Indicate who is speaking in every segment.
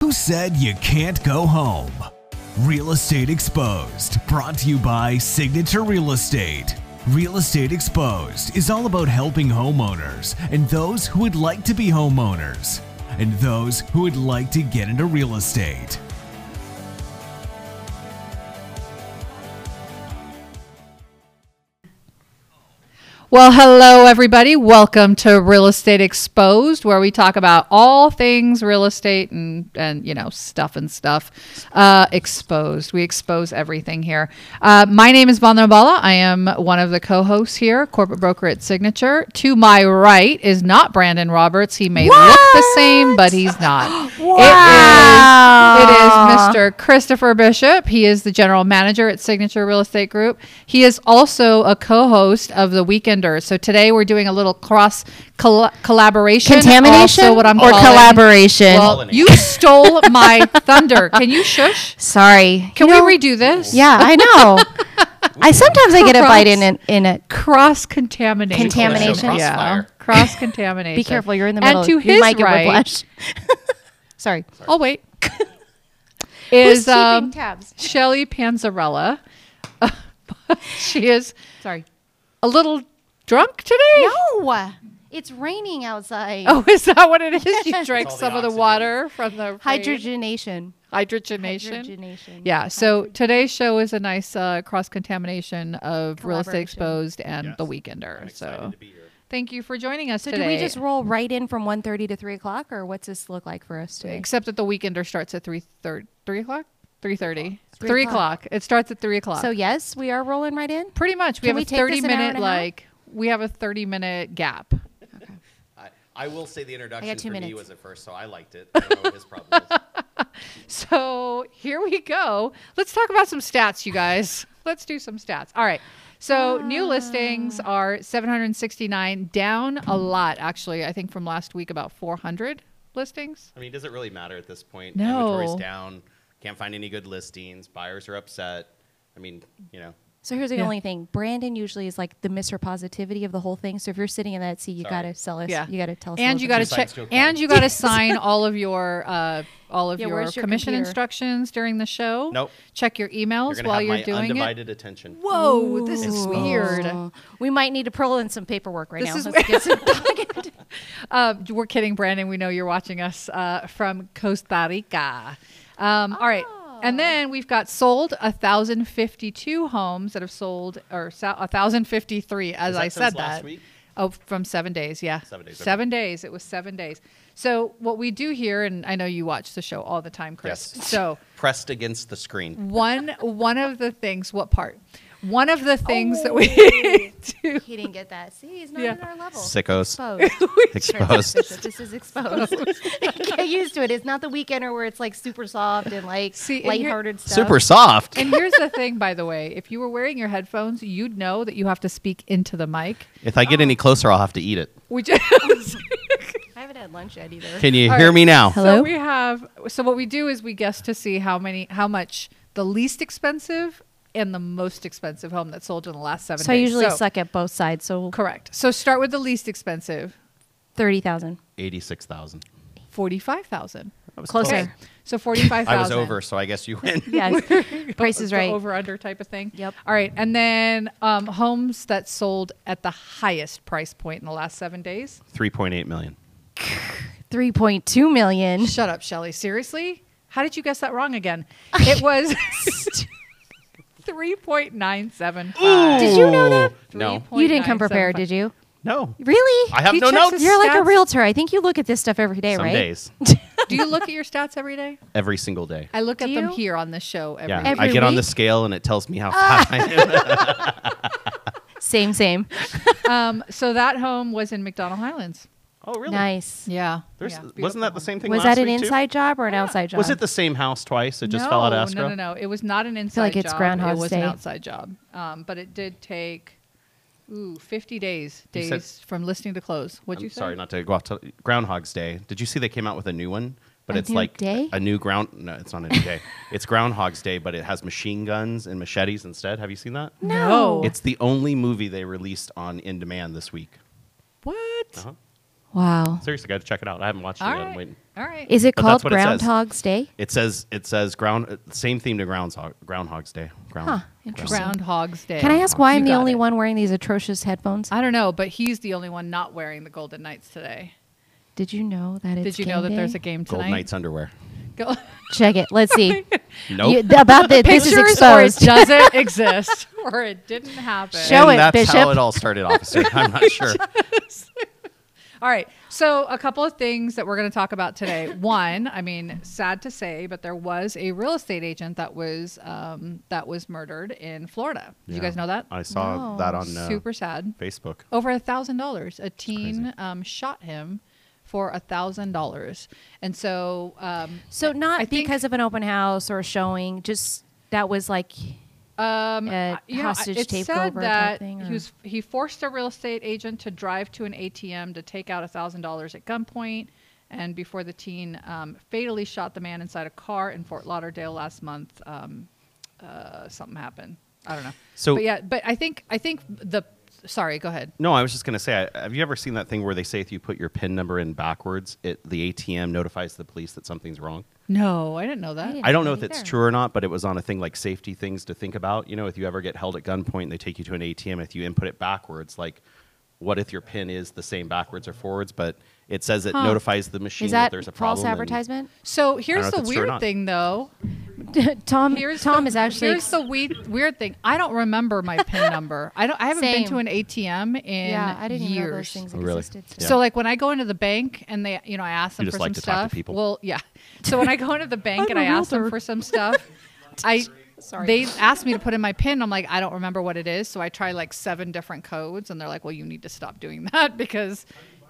Speaker 1: Who said you can't go home? Real Estate Exposed, brought to you by Signature Real Estate. Real Estate Exposed is all about helping homeowners and those who would like to be homeowners and those who would like to get into real estate.
Speaker 2: Well, hello, everybody. Welcome to Real Estate Exposed, where we talk about all things real estate and, and you know, stuff and stuff. Uh, exposed. We expose everything here. Uh, my name is Vandana Bala. I am one of the co hosts here, corporate broker at Signature. To my right is not Brandon Roberts. He may look the same, but he's not.
Speaker 3: Wow.
Speaker 2: It is, it is Mr. Christopher Bishop. He is the general manager at Signature Real Estate Group. He is also a co-host of the Weekenders. So today we're doing a little cross col- collaboration,
Speaker 3: Contamination
Speaker 2: also what I'm
Speaker 3: or
Speaker 2: calling-
Speaker 3: collaboration?
Speaker 2: Well, you stole my thunder. Can you shush?
Speaker 3: Sorry.
Speaker 2: Can
Speaker 3: You know-
Speaker 2: we redo this?
Speaker 3: Yeah, I know. I sometimes I get a bite in it. In it.
Speaker 2: Cross contamination.
Speaker 3: Contamination?
Speaker 2: Yeah.
Speaker 4: Crossfire.
Speaker 2: Cross contamination.
Speaker 3: Be careful, you're in the
Speaker 2: and
Speaker 3: middle.
Speaker 2: To
Speaker 3: you
Speaker 2: his
Speaker 3: might get
Speaker 2: right,
Speaker 3: whiplash. Sorry.
Speaker 2: I'll Oh, wait.
Speaker 3: Who's
Speaker 2: is
Speaker 3: keeping
Speaker 2: um,
Speaker 3: tabs?
Speaker 2: Shelly Panzarella. she is
Speaker 3: Sorry.
Speaker 2: a little drunk today.
Speaker 3: No, it's raining outside.
Speaker 2: Oh, is that what it is? You drank
Speaker 4: all the
Speaker 2: some of the
Speaker 4: oxygen.
Speaker 2: water from the rain?
Speaker 3: hydrogenation.
Speaker 2: hydrogenation.
Speaker 3: Hydrogenation.
Speaker 2: Yeah. So today's show is a nice uh, cross contamination of real estate
Speaker 3: Collaboration.
Speaker 2: exposed and the Weekender. so thank you for joining us
Speaker 3: So
Speaker 2: today.
Speaker 3: do we just roll right in from 1.30 to three o'clock, or what's this look like for us today?
Speaker 2: except that the Weekender starts at three thirty. Three o'clock. Three thirty.
Speaker 3: Three
Speaker 2: Three
Speaker 3: o'clock.
Speaker 2: o'clock. It starts at three o'clock.
Speaker 3: So yes, we are rolling right in.
Speaker 2: pretty much we have
Speaker 3: Can we
Speaker 2: a
Speaker 3: take this
Speaker 2: thirty
Speaker 3: an hour
Speaker 2: minute
Speaker 3: and a half?
Speaker 2: like we have a thirty minute gap.
Speaker 4: I, I will say the introduction
Speaker 3: two
Speaker 4: for me
Speaker 3: minutes.
Speaker 4: was at first, so I liked it. I don't know what his problem is.
Speaker 2: So here we go. Let's talk about some stats, you guys. Let's do some stats. All right. So
Speaker 3: Ah.
Speaker 2: new listings are 769, down a lot, actually. I think from last week, about 400 listings.
Speaker 4: I mean, does it really matter at this point?
Speaker 2: No.
Speaker 4: Inventory's down. Can't find any good listings. Buyers are upset. I mean, you know,
Speaker 3: So here's the
Speaker 2: Yeah.
Speaker 3: only thing. Brandon usually is like the Mr. Positivity of the whole thing. So if you're sitting in that seat, you
Speaker 4: Sorry.
Speaker 3: gotta sell us.
Speaker 2: Yeah.
Speaker 3: You gotta tell us. a
Speaker 2: And
Speaker 3: little
Speaker 2: you
Speaker 3: bit
Speaker 2: got
Speaker 3: more.
Speaker 2: to
Speaker 4: Two
Speaker 2: check.
Speaker 4: sides to a coin.
Speaker 2: And you got to sign all of your uh, all of
Speaker 3: Yeah,
Speaker 2: your
Speaker 3: where's your
Speaker 2: commission
Speaker 3: computer?
Speaker 2: instructions during the show.
Speaker 4: Nope.
Speaker 2: Check your
Speaker 4: you're
Speaker 2: emails
Speaker 4: going to
Speaker 2: while
Speaker 4: have
Speaker 2: you're
Speaker 4: my
Speaker 2: doing it.
Speaker 4: undivided attention.
Speaker 2: Whoa, this is
Speaker 4: Exposed.
Speaker 2: weird.
Speaker 3: Oh, we might need to pull in some paperwork right
Speaker 2: This
Speaker 3: now.
Speaker 2: is
Speaker 3: Let's get some-
Speaker 2: Uh, we're kidding, Brandon. We know you're watching us uh, from Costa Rica. Um, All right. And
Speaker 4: Oh.
Speaker 2: then we've got sold 1,052 homes that have sold, or so- 1,053, as
Speaker 4: Is
Speaker 2: I
Speaker 4: that
Speaker 2: said
Speaker 4: since last
Speaker 2: that.
Speaker 4: week?
Speaker 2: Oh, from seven days, yeah.
Speaker 4: Seven days, okay.
Speaker 2: Seven days. It was seven days. So what we do here, and I know you watch the show all the time, Chris.
Speaker 4: Yes.
Speaker 2: So
Speaker 4: Pressed against the screen.
Speaker 2: one one of the things, what part? One of the things that we do
Speaker 3: he didn't get that. See, he's not
Speaker 2: Yeah.
Speaker 3: at our level.
Speaker 4: Sickos.
Speaker 3: Exposed.
Speaker 4: Exposed.
Speaker 3: this is exposed. get used to it. It's not the weekender where it's like super soft and like
Speaker 2: See, and you're-
Speaker 3: lighthearted stuff.
Speaker 4: Super soft.
Speaker 2: And here's the thing, by the way, if you were wearing your headphones, you'd know that you have to speak into the mic.
Speaker 4: If I get any closer, I'll have to eat it.
Speaker 2: We just
Speaker 3: I haven't had lunch yet either.
Speaker 4: Can you
Speaker 2: All
Speaker 4: hear
Speaker 2: right.
Speaker 4: me now?
Speaker 3: Hello?
Speaker 2: So we have. So what we do is we guess to see how many, how much the least expensive and the most expensive home that sold in the last seven.
Speaker 3: so I
Speaker 2: days.
Speaker 3: usually suck at both sides. So
Speaker 2: Correct. So start with the least expensive,
Speaker 3: thirty thousand.
Speaker 4: 86,000.
Speaker 2: forty-five thousand.
Speaker 4: I was
Speaker 3: Closer.
Speaker 4: close.
Speaker 2: Okay. So forty-five
Speaker 4: I
Speaker 2: thousand.
Speaker 4: was over, so I guess you win.
Speaker 3: Yes. Price is
Speaker 2: the
Speaker 3: right.
Speaker 2: Over under type of thing.
Speaker 3: Yep.
Speaker 2: All right, and then um, homes that sold at the highest price point in the last seven days.
Speaker 4: 3.8 million.
Speaker 3: Three point two million.
Speaker 2: Shut up, Shelly. Seriously? How did you guess that wrong again? It was 3.975.
Speaker 3: Did you know that?
Speaker 4: No.
Speaker 3: You didn't come prepared, did you?
Speaker 4: No.
Speaker 3: Really?
Speaker 4: I have
Speaker 2: He
Speaker 4: no
Speaker 2: checks
Speaker 4: notes.
Speaker 2: his-
Speaker 3: You're like a
Speaker 2: Stats.
Speaker 3: realtor. I think you look at this stuff every day,
Speaker 4: Some
Speaker 3: right?
Speaker 4: days.
Speaker 2: Do you look at your stats every day?
Speaker 4: Every single day.
Speaker 2: I look
Speaker 3: Do
Speaker 2: at them
Speaker 3: you?
Speaker 2: here on the show every
Speaker 4: Yeah,
Speaker 2: day.
Speaker 3: Every
Speaker 4: I get on the
Speaker 3: week?
Speaker 4: scale and it tells me how fat I am.
Speaker 3: Same, same.
Speaker 2: Um, so that home was in McDonald Highlands.
Speaker 4: Oh, really?
Speaker 3: Nice.
Speaker 2: Yeah.
Speaker 4: There's,
Speaker 2: yeah, beautiful
Speaker 4: wasn't that the
Speaker 2: home.
Speaker 4: same thing?
Speaker 3: Was
Speaker 4: last
Speaker 3: that an
Speaker 4: week, too?
Speaker 3: inside job or an outside job?
Speaker 4: Was it the same house twice? It just
Speaker 2: no,
Speaker 4: fell out of escrow.
Speaker 2: No, no, no. It was not an inside
Speaker 3: like it's
Speaker 2: job.
Speaker 3: Groundhog's
Speaker 2: It was
Speaker 3: Day.
Speaker 2: an outside job. Um, but it did take, ooh, 50 days,
Speaker 4: You
Speaker 2: days
Speaker 4: said-
Speaker 2: from listing to close. What'd
Speaker 4: I'm
Speaker 2: you say?
Speaker 4: sorry, not to go off to Groundhog's Day. Did you see they came out with a new one? But
Speaker 3: A
Speaker 4: it's
Speaker 3: new
Speaker 4: like
Speaker 3: day?
Speaker 4: a new ground. No, it's not a new day. it's Groundhog's Day, but it has machine guns and machetes instead. Have you seen that?
Speaker 2: No.
Speaker 3: No.
Speaker 4: It's the only movie they released on in demand this week.
Speaker 2: What?
Speaker 4: Uh-huh.
Speaker 2: Wow.
Speaker 4: Seriously, got to check it out. I haven't watched it
Speaker 2: All
Speaker 4: yet. I'm
Speaker 2: right.
Speaker 4: waiting.
Speaker 2: All right.
Speaker 3: Is it
Speaker 4: But
Speaker 3: called
Speaker 4: that's what it says.
Speaker 3: Groundhog's Day?
Speaker 4: It says it says ground uh, same theme to groundhog Groundhog's Day. Ground,
Speaker 3: Huh,
Speaker 4: ground-
Speaker 3: interesting.
Speaker 2: Groundhog's Day?
Speaker 3: Can I ask why
Speaker 2: You
Speaker 3: I'm the
Speaker 2: got
Speaker 3: only
Speaker 2: it.
Speaker 3: one wearing these atrocious headphones?
Speaker 2: I don't know, but he's the only one not wearing the Golden Knights today.
Speaker 3: Did you know that it's
Speaker 2: Did you know
Speaker 3: game
Speaker 2: that there's Oh
Speaker 3: day?
Speaker 2: a game
Speaker 4: Gold
Speaker 2: tonight?
Speaker 4: Knights underwear.
Speaker 2: Go-
Speaker 3: Check it. Let's see.
Speaker 4: Nope.
Speaker 3: You- about this. This is
Speaker 2: Pictures or it
Speaker 3: exposed.
Speaker 2: doesn't exist or it didn't happen.
Speaker 3: Show
Speaker 4: and
Speaker 3: it,
Speaker 4: that's how
Speaker 3: Bishop.
Speaker 4: it all started, officer. I'm not sure.
Speaker 2: All right. So, a couple of things that we're going to talk about today. One, I mean, sad to say, but there was a real estate agent that was um, that was murdered in Florida. Did you
Speaker 4: Yeah.
Speaker 2: guys know that?
Speaker 4: I saw
Speaker 3: No. Oh.
Speaker 4: that on uh,
Speaker 2: Super sad.
Speaker 4: Facebook.
Speaker 2: Over a thousand dollars. A teen um, shot him for a thousand dollars, and so um,
Speaker 3: So not
Speaker 2: I think-
Speaker 3: because of an open house or a showing, just that was like
Speaker 2: Um,
Speaker 3: a
Speaker 2: I- you know, I-
Speaker 3: hostage
Speaker 2: it
Speaker 3: takeover
Speaker 2: said
Speaker 3: type
Speaker 2: that
Speaker 3: thing,
Speaker 2: he
Speaker 3: or-
Speaker 2: was he forced a real estate agent to drive to an ATM to take out thousand dollars at gunpoint, and before the teen um, fatally shot the man inside a car in Fort Lauderdale last month, um, uh, something happened. I don't know.
Speaker 4: So-
Speaker 2: but yeah, but I think I think the sorry, go ahead.
Speaker 4: No, I was just going to say, I- have you ever seen that thing where they say if you put your PIN number in backwards, it the ATM notifies the police that something's wrong?
Speaker 2: No, I didn't know that.
Speaker 3: didn't.
Speaker 4: I don't
Speaker 3: Me
Speaker 4: know if that's
Speaker 3: neither.
Speaker 4: true or not, but it was on a thing like safety things to think about. You know, if you ever get held at gunpoint and they take you to an ATM, if you input it backwards, like what if your PIN is the same backwards or forwards, but it says it notifies the machine
Speaker 3: is
Speaker 4: that,
Speaker 3: that
Speaker 4: there's a problem.
Speaker 3: false
Speaker 4: and-
Speaker 3: advertisement?
Speaker 2: So
Speaker 4: know
Speaker 2: here's
Speaker 4: if
Speaker 2: the
Speaker 4: it's true or
Speaker 2: weird
Speaker 4: not.
Speaker 2: thing, though.
Speaker 3: Tom
Speaker 2: Here's
Speaker 3: Tom
Speaker 2: the-
Speaker 3: is actually
Speaker 2: here's the weird weird thing. I don't remember my pin number. I don't. I haven't been
Speaker 3: Same.
Speaker 2: to an ATM in
Speaker 3: yeah. I didn't
Speaker 2: years.
Speaker 3: even know those things
Speaker 4: Oh, really?
Speaker 3: existed.
Speaker 4: Yeah.
Speaker 2: So like when I go into the bank and they, you know, I ask them
Speaker 4: You just
Speaker 2: for
Speaker 4: like
Speaker 2: some
Speaker 4: to
Speaker 2: stuff.
Speaker 4: talk to people.
Speaker 2: Well, yeah. So when I go into the bank
Speaker 3: I'm
Speaker 2: and I
Speaker 3: a
Speaker 2: ask them
Speaker 3: realtor.
Speaker 2: for some stuff, I they ask me to put in my pin. I'm like, I don't remember what it is. So I try like seven different codes, and they're like, Well, you need to stop doing that because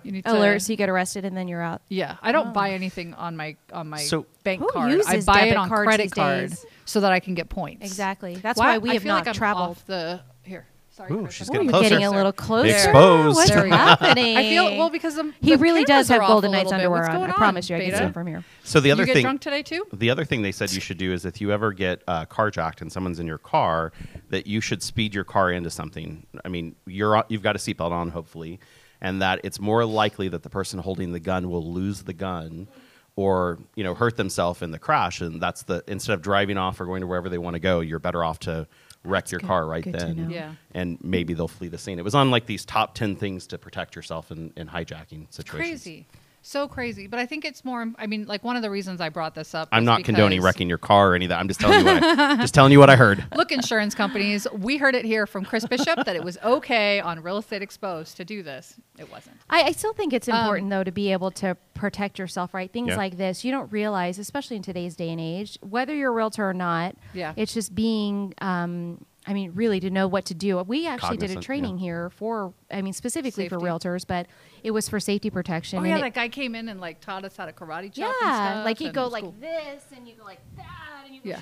Speaker 2: you need to
Speaker 3: Alert! So you get arrested and then you're out.
Speaker 2: yeah, I don't buy anything on my on my
Speaker 4: So-
Speaker 2: bank
Speaker 3: Oh. Who
Speaker 2: card. I
Speaker 3: uses
Speaker 2: buy it
Speaker 3: debit
Speaker 2: on
Speaker 3: cards
Speaker 2: credit
Speaker 3: these
Speaker 2: card
Speaker 3: days?
Speaker 2: so that I can get points.
Speaker 3: Exactly. That's
Speaker 2: Why-
Speaker 3: why we
Speaker 2: I
Speaker 3: have
Speaker 2: feel like
Speaker 3: not
Speaker 2: I'm
Speaker 3: traveled.
Speaker 2: off the here. Sorry,
Speaker 4: Ooh,
Speaker 2: Chris,
Speaker 4: she's
Speaker 2: I'm
Speaker 4: getting
Speaker 3: Ooh,
Speaker 4: closer.
Speaker 3: getting a little closer.
Speaker 4: Exposed.
Speaker 3: What's
Speaker 2: There we go.
Speaker 3: happening?
Speaker 2: I feel well because the,
Speaker 3: he
Speaker 2: the
Speaker 3: really does
Speaker 2: cameras are
Speaker 3: have
Speaker 2: off a
Speaker 3: Golden
Speaker 2: little
Speaker 3: Knights
Speaker 2: bit.
Speaker 3: underwear
Speaker 2: What's
Speaker 3: on.
Speaker 2: going
Speaker 3: I promise you, I
Speaker 2: Beta?
Speaker 3: can see it from here.
Speaker 4: So the other
Speaker 2: you get
Speaker 4: thing.
Speaker 2: drunk today too?
Speaker 4: The other thing they said you should do is if you ever get uh, carjacked and someone's in your car, that you should speed your car into something. I mean, you're you've got a seatbelt on, hopefully, and that it's more likely that the person holding the gun will lose the gun, or you know hurt themselves in the crash. And that's the instead of driving off or going to wherever they want to go, you're better off to wreck your car right
Speaker 3: good to
Speaker 4: then.
Speaker 3: know.
Speaker 2: Yeah.
Speaker 4: And maybe they'll flee the scene. It was on like these top ten things to protect yourself in, in hijacking situations.
Speaker 2: Crazy. So crazy. But I think it's more I mean, like one of the reasons I brought this up
Speaker 4: I'm
Speaker 2: is
Speaker 4: not condoning
Speaker 2: because-
Speaker 4: wrecking your car or any of that. I'm just telling you what I, just telling you what I heard.
Speaker 2: Look, insurance companies, we heard it here from Chris Bishop that it was okay on Real Estate Exposed to do this. It wasn't.
Speaker 3: I, I still think
Speaker 2: Um,
Speaker 3: it's important though to be able to protect yourself, right? Things
Speaker 4: Yeah.
Speaker 3: like this, you don't realize, especially in today's day and age, whether you're a realtor or not.
Speaker 2: Yeah.
Speaker 3: it's just being. Um, I mean, really, to know what to do. We actually did a
Speaker 4: Cognizant,
Speaker 3: training here for, I mean, specifically for
Speaker 2: Safety.
Speaker 3: realtors, but it was for safety protection.
Speaker 2: Oh
Speaker 3: and
Speaker 2: yeah,
Speaker 3: it-
Speaker 2: that guy came in and like taught us how to karate chop.
Speaker 3: yeah,
Speaker 2: and stuff,
Speaker 3: like you
Speaker 2: and it
Speaker 3: go
Speaker 2: was
Speaker 3: like
Speaker 2: cool.
Speaker 3: this, and you go like that, and you go
Speaker 2: Yeah.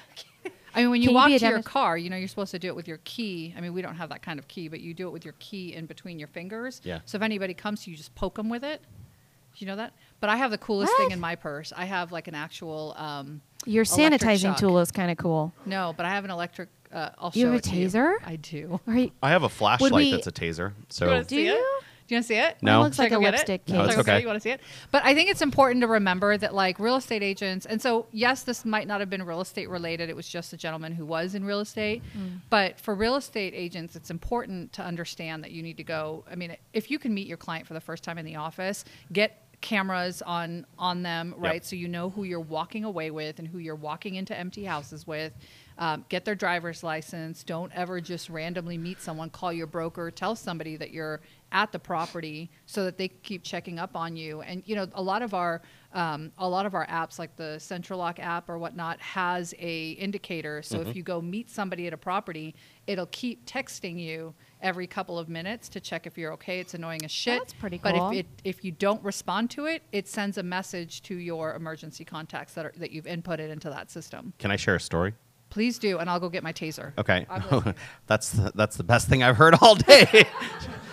Speaker 2: I mean, when you
Speaker 3: Can you
Speaker 2: walk
Speaker 3: be a
Speaker 2: to your
Speaker 3: demonst-
Speaker 2: car, you know, you're supposed to do it with your key. I mean, we don't have that kind of key, but you do it with your key in between your fingers.
Speaker 4: Yeah.
Speaker 2: So if anybody comes to you, just poke them with it. Do you know that? But I have the coolest
Speaker 3: What?
Speaker 2: thing in my purse. I have like an actual, um,
Speaker 3: Your
Speaker 2: Electric
Speaker 3: sanitizing
Speaker 2: shock.
Speaker 3: tool is kind of cool.
Speaker 2: no, but I have an electric, uh, I'll show
Speaker 3: You have a
Speaker 2: it to
Speaker 3: taser?
Speaker 2: I do.
Speaker 3: All right.
Speaker 4: I have a flashlight
Speaker 3: we-
Speaker 4: that's a taser.
Speaker 2: You
Speaker 4: So
Speaker 2: wanna
Speaker 3: Do
Speaker 2: see it?
Speaker 3: you?
Speaker 2: Do you want to see it?
Speaker 4: No.
Speaker 3: It looks
Speaker 2: Should I
Speaker 3: like a
Speaker 2: go get
Speaker 3: lipstick
Speaker 4: No,
Speaker 3: case.
Speaker 2: Should
Speaker 4: it's
Speaker 2: I go
Speaker 4: okay.
Speaker 2: get it? You want to see it? But I think it's important to remember that like real estate agents, and so yes, this might not have been real estate related. It was just a gentleman who was in real estate.
Speaker 3: Mm.
Speaker 2: But for real estate agents, it's important to understand that you need to go. I mean, if you can meet your client for the first time in the office, get cameras on on them right so you know who you're walking away with and who you're walking into empty houses with um, get their driver's license don't ever just randomly meet someone call your broker tell somebody that you're at the property so that they keep checking up on you and you know a lot of our um, a lot of our apps like the central lock app or whatnot has a indicator so if you go meet somebody at a property it'll keep texting you every couple of minutes to check if you're okay it's annoying as shit
Speaker 3: That's pretty
Speaker 2: but
Speaker 3: cool.
Speaker 2: if it if you don't respond to it, it sends a message to your emergency contacts that are that you've inputted into that system.
Speaker 4: can I share a story?
Speaker 2: Please do, and I'll go get my taser.
Speaker 4: Okay,
Speaker 2: I'm listening.
Speaker 4: that's the, that's the best thing I've heard all day.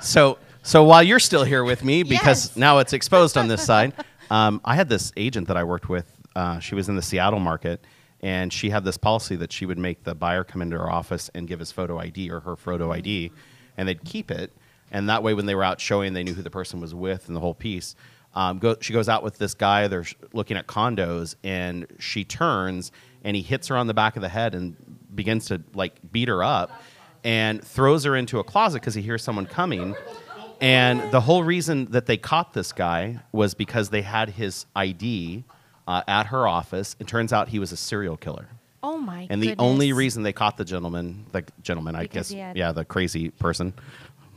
Speaker 4: so so while you're still here with me, because
Speaker 5: Yes.
Speaker 4: now it's exposed on this side, um, I had this agent that I worked with. Uh, she was in the Seattle market, and she had this policy that she would make the buyer come into her office and give his photo ID or her photo ID, and they'd keep it. and that way when they were out showing, they knew who the person was with and the whole piece. Um, go, she goes out with this guy. They're sh- looking at condos, and she turns, and he hits her on the back of the head and begins to like beat her up, and throws her into a closet because he hears someone coming. And the whole reason that they caught this guy was because they had his ID uh, at her office. It turns out he was a serial killer.
Speaker 3: Oh my!
Speaker 4: And the
Speaker 3: goodness.
Speaker 4: only reason they caught the gentleman, the gentleman, I
Speaker 3: Because
Speaker 4: guess,
Speaker 3: he had-
Speaker 4: yeah, the crazy person,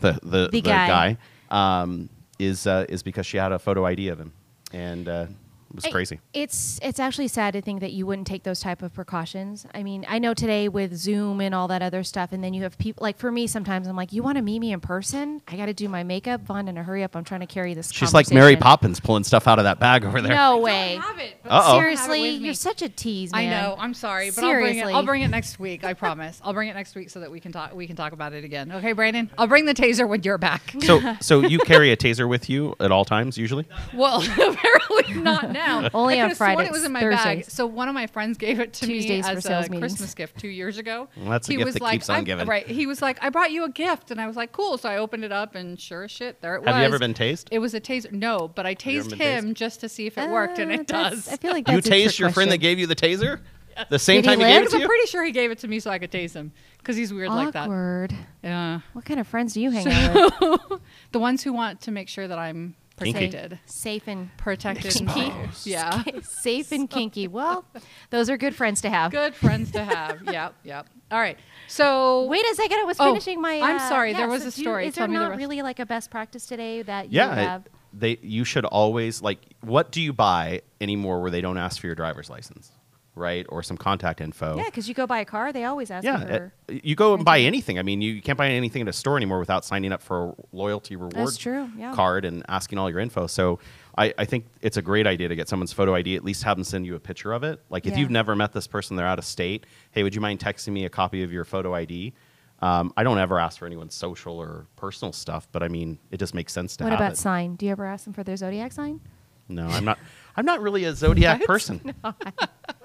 Speaker 4: the the,
Speaker 3: The guy.
Speaker 4: guy, um, is uh, is because she had a photo ID of him, and uh, it was
Speaker 3: I-
Speaker 4: crazy.
Speaker 3: It's it's actually sad to think that you wouldn't take those type of precautions. I mean, I know today with Zoom and all that other stuff, and then you have people like for me sometimes I'm like, you want to meet me in person? I got to do my makeup, Vaughn, in a hurry up. I'm trying to carry this.
Speaker 4: She's like Mary
Speaker 3: conversation."
Speaker 4: Poppins pulling stuff out of that bag over there.
Speaker 3: No way.
Speaker 4: Uh-oh.
Speaker 3: Seriously, you're such a tease,
Speaker 2: I
Speaker 3: man.
Speaker 2: know. I'm sorry, but I'll bring it.
Speaker 3: Seriously.
Speaker 2: I'll bring it next week. I promise. I'll bring it next week so that we can talk. We can talk about it again. Okay, Brandon. I'll bring the taser when you're back.
Speaker 4: So so you carry a taser with you at all times usually?
Speaker 2: Well, apparently not now.
Speaker 3: Only
Speaker 2: I
Speaker 3: on
Speaker 2: could've sworn
Speaker 3: Fridays,
Speaker 2: it was in my bag.
Speaker 3: Thursdays.
Speaker 2: So one of my friends gave it to
Speaker 3: Tuesdays
Speaker 2: me
Speaker 3: for
Speaker 2: as a
Speaker 3: sales meetings.
Speaker 2: Christmas gift two years ago.
Speaker 4: Well, that's a
Speaker 2: he
Speaker 4: gift
Speaker 2: was
Speaker 4: that
Speaker 2: like,
Speaker 4: keeps on
Speaker 2: I-
Speaker 4: giving.
Speaker 2: Right. He was like, I brought you a gift, and I was like, cool. So I opened it up, and sure as shit, there it was.
Speaker 4: Have you ever been tased?
Speaker 2: It was a taser. No, but I
Speaker 4: you ever
Speaker 2: tased
Speaker 4: been
Speaker 2: him just to see if it worked, and
Speaker 3: Uh,
Speaker 2: it
Speaker 3: that's-
Speaker 2: does.
Speaker 3: I feel like
Speaker 4: You
Speaker 3: that's a trick
Speaker 4: tased your friend that
Speaker 3: question.
Speaker 4: gave you the taser the same
Speaker 3: Did he
Speaker 4: time he
Speaker 3: live?
Speaker 4: gave it
Speaker 2: Because
Speaker 4: to
Speaker 2: I'm
Speaker 4: you.
Speaker 2: pretty sure he gave it to me so I could tase him because he's weird like that.
Speaker 3: Awkward.
Speaker 2: Yeah.
Speaker 3: What kind of friends do you hang out with?
Speaker 2: The ones who want to make sure that I'm
Speaker 4: Kinky.
Speaker 2: protected.
Speaker 3: Safe and
Speaker 2: Protected.
Speaker 3: Kinky.
Speaker 2: Yeah.
Speaker 3: safe and kinky. Well, those are good friends to have.
Speaker 2: Good friends to have. yep. Yep. All right. So
Speaker 3: Wait a second. I was
Speaker 2: Oh,
Speaker 3: finishing my.
Speaker 2: I'm
Speaker 3: uh,
Speaker 2: sorry, there was
Speaker 3: so
Speaker 2: a
Speaker 3: do you-
Speaker 2: story.
Speaker 3: is
Speaker 2: Tell
Speaker 3: there
Speaker 2: me the
Speaker 3: not
Speaker 2: rest.
Speaker 3: really like a best practice today that you
Speaker 4: yeah,
Speaker 3: have?
Speaker 4: it- they you should always like what do you buy anymore where they don't ask for your driver's license, right? Or some contact info.
Speaker 3: Yeah, because you go buy a car, they always ask you
Speaker 4: Oh. Yeah,
Speaker 3: for.
Speaker 4: uh, you go and buy anything. I mean, you, you can't buy anything at a store anymore without signing up for a loyalty reward
Speaker 3: true, yeah.
Speaker 4: card and asking all your info. So I, I think it's a great idea to get someone's photo ID, at least have them send you a picture of it. Like if
Speaker 3: Yeah.
Speaker 4: you've never met this person, they're out of state. Hey, would you mind texting me a copy of your photo ID? Um, I don't ever ask for anyone's social or personal stuff, but I mean, it just makes sense to
Speaker 3: What
Speaker 4: have
Speaker 3: about
Speaker 4: it.
Speaker 3: sign? Do you ever ask them for their zodiac sign?
Speaker 4: No, I'm not. I'm not really a zodiac person.
Speaker 2: Oh.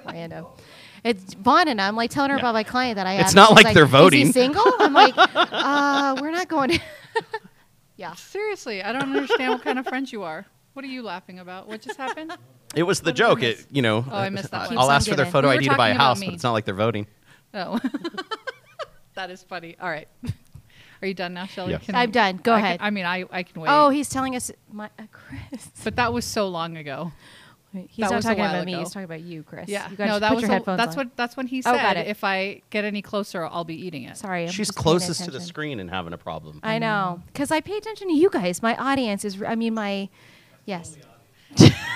Speaker 3: Random. It's Vaughn and I'm like telling her
Speaker 4: Yeah.
Speaker 3: about my client that I
Speaker 4: It's
Speaker 3: have.
Speaker 4: not
Speaker 3: She's
Speaker 4: like they're
Speaker 3: Is
Speaker 4: voting."
Speaker 3: he single? I'm like, uh, we're not going. yeah.
Speaker 2: seriously, I don't understand what kind of friends you are. What are you laughing about? What just happened?
Speaker 4: It was the joke. It, you know. uh,
Speaker 2: Oh, I missed that one.
Speaker 4: I'll
Speaker 3: Keeps
Speaker 4: ask
Speaker 3: on
Speaker 4: for their
Speaker 3: giving.
Speaker 4: photo
Speaker 2: We were
Speaker 4: ID to buy
Speaker 2: talking
Speaker 4: a
Speaker 2: about
Speaker 4: house,
Speaker 2: me.
Speaker 4: but it's not like they're voting.
Speaker 2: Oh. that is funny. All right. Are you done now, Shelly?
Speaker 4: Yeah.
Speaker 2: Can-
Speaker 3: I'm done. Go
Speaker 2: I can-
Speaker 3: ahead.
Speaker 2: I mean, I, I can wait.
Speaker 3: oh, he's telling us my uh, Chris.
Speaker 2: but that was so long ago.
Speaker 3: Wait, He's
Speaker 2: That
Speaker 3: not
Speaker 2: was a
Speaker 3: talking
Speaker 2: while
Speaker 3: about me.
Speaker 2: ago.
Speaker 3: He's talking about you, Chris.
Speaker 2: Yeah.
Speaker 3: You
Speaker 2: no,
Speaker 3: gotta
Speaker 2: that
Speaker 3: put
Speaker 2: was
Speaker 3: your
Speaker 2: a-
Speaker 3: headphones
Speaker 2: that's
Speaker 3: on.
Speaker 2: what that's when he
Speaker 3: Oh,
Speaker 2: said.
Speaker 3: got it.
Speaker 2: If I get any closer, I'll be eating it.
Speaker 3: Sorry. I'm
Speaker 4: She's
Speaker 3: just paying
Speaker 4: closest to the
Speaker 3: attention.
Speaker 4: screen and having a problem.
Speaker 3: I know, because I pay attention to you guys. My audience is. I mean, my. Yes.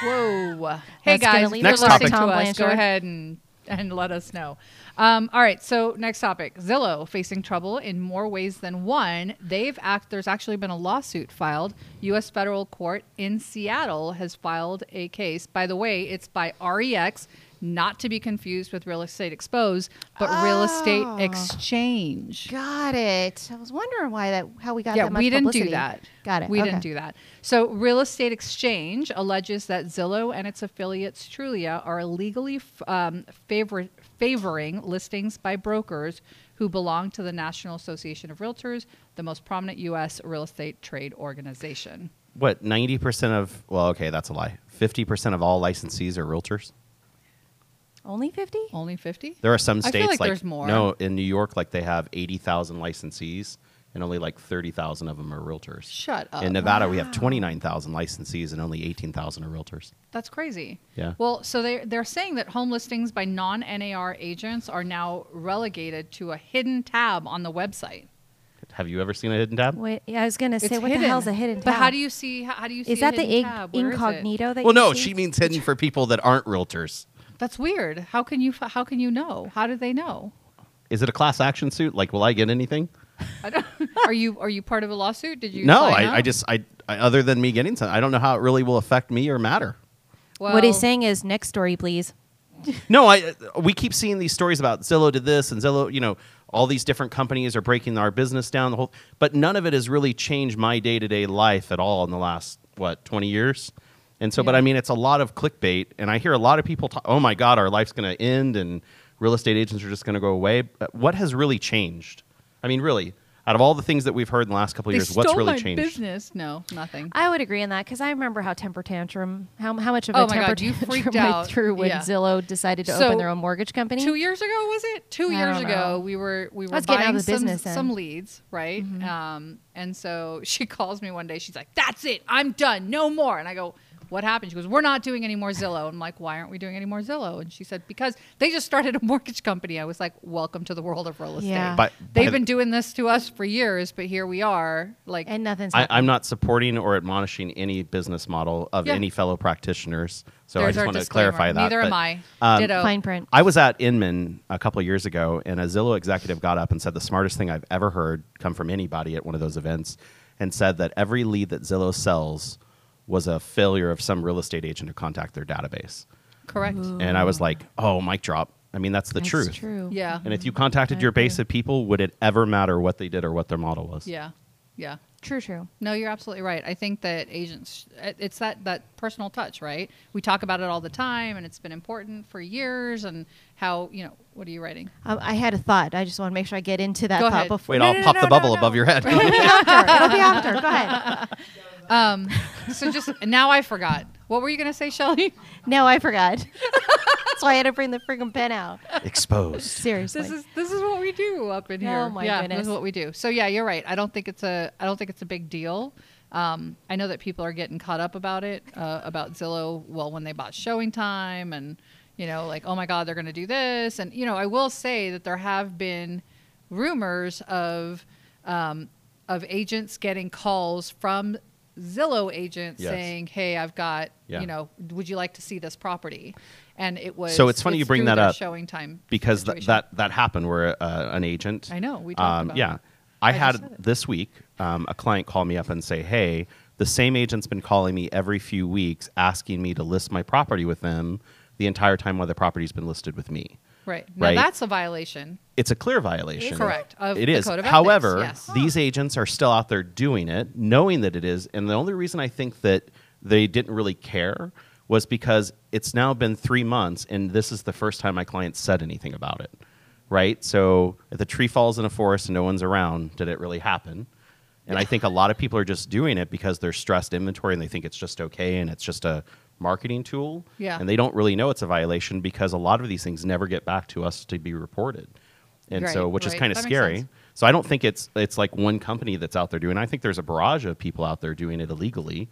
Speaker 2: Whoa. Hey
Speaker 3: That's gonna
Speaker 2: guys,
Speaker 3: leave
Speaker 2: you're
Speaker 4: us
Speaker 2: listening
Speaker 4: Next topic.
Speaker 2: to us.
Speaker 3: Tom
Speaker 2: Go
Speaker 3: Blanchard.
Speaker 2: ahead and and let us know. Um, all right, so next topic: Zillow facing trouble in more ways than one. They've act. There's actually been a lawsuit filed. U.S. federal court in Seattle has filed a case. By the way, it's by REX, not to be confused with Real Estate Exposed, but Real
Speaker 3: Ah.
Speaker 2: Estate Exchange.
Speaker 3: Got it. I was wondering why that. How we got
Speaker 2: yeah,
Speaker 3: that much
Speaker 2: we didn't
Speaker 3: publicity.
Speaker 2: do that.
Speaker 3: Got it.
Speaker 2: We
Speaker 3: Okay.
Speaker 2: didn't do that. So, Real Estate Exchange alleges that Zillow and its affiliates Trulia are illegally f- um, favor- favoring listings by brokers who belong to the National Association of Realtors, the most prominent U.S. real estate trade organization.
Speaker 4: What, 90% of, well, okay, that's a lie. 50% of all licensees are realtors?
Speaker 3: Only fifty.
Speaker 2: Only fifty.
Speaker 4: There are some
Speaker 2: I
Speaker 4: states
Speaker 2: feel like there's more.
Speaker 4: No, in New York, like they have 80,000 licensees and only like 30,000 of them are realtors.
Speaker 2: Shut up.
Speaker 4: In Nevada, we have 29,000 licensees and only 18,000 are realtors.
Speaker 2: That's crazy.
Speaker 4: Yeah.
Speaker 2: Well, so they they're saying that home listings by non NAR agents are now relegated to a hidden tab on the website.
Speaker 4: Have you ever seen a hidden tab?
Speaker 3: Wait, yeah, I was gonna say, what the hell's a hidden
Speaker 2: But how
Speaker 3: tab?
Speaker 2: do you see? How, how do you see?
Speaker 3: Is
Speaker 2: a
Speaker 3: that the
Speaker 2: hidden
Speaker 3: ig-
Speaker 2: tab? Where is it?
Speaker 3: incognito that?
Speaker 4: Well,
Speaker 3: you
Speaker 4: no,
Speaker 3: see?
Speaker 4: she means hidden for people that aren't realtors.
Speaker 2: That's weird. How can you? f- How can you know? How do they know?
Speaker 4: Is it a class action suit? Like, will I get anything?
Speaker 2: I don't, are you are you part of a lawsuit? Did you?
Speaker 4: no,
Speaker 2: sign
Speaker 4: I, I
Speaker 2: up?
Speaker 4: just, I, I, other than me getting some, I don't know how it really will affect me or matter.
Speaker 3: what he's
Speaker 2: Well,
Speaker 3: saying is next story, please.
Speaker 4: No, I we keep seeing these stories about Zillow did this and Zillow, you know, all these different companies are breaking our business down the whole but none of it has really changed my day-to-day life at all in the last what, 20 years. And so but
Speaker 2: Yeah.
Speaker 4: I mean it's a lot of clickbait and I hear a lot of people talk, "Oh my god, our life's going to end and real estate agents are just going to go away." But What has really changed? I mean, really? Out of all the things that we've heard in the last couple of
Speaker 2: They
Speaker 4: years,
Speaker 2: stole
Speaker 4: what's really
Speaker 2: my
Speaker 4: changed?
Speaker 2: business. No, nothing.
Speaker 3: I would agree on that because I remember how temper tantrum, how, how much of
Speaker 2: Oh
Speaker 3: a
Speaker 2: my
Speaker 3: temper
Speaker 2: God, you
Speaker 3: tantrum
Speaker 2: freaked
Speaker 3: I
Speaker 2: out.
Speaker 3: threw when
Speaker 2: Yeah.
Speaker 3: Zillow decided to
Speaker 2: So,
Speaker 3: open their own mortgage company.
Speaker 2: two years ago was it two
Speaker 3: I
Speaker 2: years
Speaker 3: don't
Speaker 2: ago
Speaker 3: know.
Speaker 2: we were we were
Speaker 3: was getting out
Speaker 2: buying
Speaker 3: of the
Speaker 2: some,
Speaker 3: business then. Mm-hmm.
Speaker 2: some leads right um, and so she calls me one day she's like that's it i'm done no more and i go what happened she goes we're not doing any more zillow i'm like why aren't we doing any more zillow and she said because they just started a mortgage company i was like welcome to the world of real estate
Speaker 3: Yeah.
Speaker 4: But-
Speaker 2: they've
Speaker 4: but-
Speaker 2: been doing this to us for years but here we are like
Speaker 3: and nothing's
Speaker 4: I,
Speaker 3: happened.
Speaker 4: I'm not supporting or admonishing any business model of
Speaker 2: Yeah.
Speaker 4: any fellow practitioners. So I
Speaker 2: There's
Speaker 4: just
Speaker 2: our
Speaker 4: want to
Speaker 2: disclaimer.
Speaker 4: clarify that.
Speaker 2: Neither am
Speaker 4: but- um,
Speaker 2: I. Ditto.
Speaker 3: Fine print.
Speaker 4: I was at Inman a couple of years ago, and a Zillow executive got up and said the smartest thing I've ever heard come from anybody at one of those events, and said that every lead that Zillow sells was a failure of some real estate agent to contact their database.
Speaker 2: correct
Speaker 4: And I was like, oh, mic drop. I mean, that's the
Speaker 3: That's
Speaker 4: truth.
Speaker 3: True.
Speaker 2: yeah
Speaker 4: And if you contacted your base of people, would it ever matter what they did or what their model was?
Speaker 2: yeah yeah
Speaker 3: True. True.
Speaker 2: No, you're absolutely right. I think that agents, it's that that personal touch, right? We talk about it all the time, and it's been important for years. And how you know, what are you writing?
Speaker 3: Um, I had a thought. I just want to make sure I get into that
Speaker 2: Go
Speaker 3: thought
Speaker 2: ahead.
Speaker 3: before.
Speaker 4: Wait, I'll pop the bubble above your head.
Speaker 3: after. It'll be after. Go ahead.
Speaker 2: Um, so just now, I forgot. What were you gonna say, Shelly?
Speaker 3: No, I forgot.
Speaker 5: That's why I had to bring the freaking pen out.
Speaker 4: Exposed.
Speaker 3: Seriously.
Speaker 2: This is this is what we do up in
Speaker 3: Oh,
Speaker 2: here.
Speaker 3: my
Speaker 2: yeah, this
Speaker 3: goodness.
Speaker 2: is what we do. So yeah, you're right. I don't think it's a I don't think it's a big deal. Um, I know that people are getting caught up about it uh, about Zillow. Well, when they bought Showing Time, and you know, like oh my God, they're going to do this, and you know, I will say that there have been rumors of um, of agents getting calls from Zillow agents
Speaker 4: Yes.
Speaker 2: saying, hey, I've got
Speaker 4: Yeah.
Speaker 2: you know, would you like to see this property? And it was
Speaker 4: So it's funny you bring
Speaker 2: through
Speaker 4: that
Speaker 2: their
Speaker 4: up
Speaker 2: Showing Time
Speaker 4: because th-
Speaker 2: situation.
Speaker 4: that that happened where uh, an agent. Um,
Speaker 2: I know, we talked about
Speaker 4: Yeah,
Speaker 2: it.
Speaker 4: I,
Speaker 2: I just said
Speaker 4: had
Speaker 2: it.
Speaker 4: this week um, a client call me up and say, "Hey, the same agent's been calling me every few weeks asking me to list my property with them the entire time while the property's been listed with me."
Speaker 2: Right. Now
Speaker 4: right?
Speaker 2: that's a violation.
Speaker 4: It's a clear violation.
Speaker 2: Correct, of
Speaker 4: it
Speaker 2: the
Speaker 4: is.
Speaker 2: code of ethics,
Speaker 4: However,
Speaker 2: yes.
Speaker 4: these agents are still out there doing it, knowing that it is. And the only reason I think that they didn't really care was because it's now been three months, and this is the first time my client said anything about it. Right. So if the tree falls in a forest and no one's around, did it really happen? And I think a lot of people are just doing it because they're stressed inventory and they think it's just okay and it's just a marketing tool.
Speaker 2: Yeah.
Speaker 4: And they don't really know it's a violation because a lot of these things never get back to us to be reported. And so
Speaker 2: Right,
Speaker 4: which is
Speaker 2: right.
Speaker 4: kind of
Speaker 2: That makes
Speaker 4: scary.
Speaker 2: sense.
Speaker 4: So I don't think it's it's like one company that's out there doing. it. I think there's a barrage of people out there doing it illegally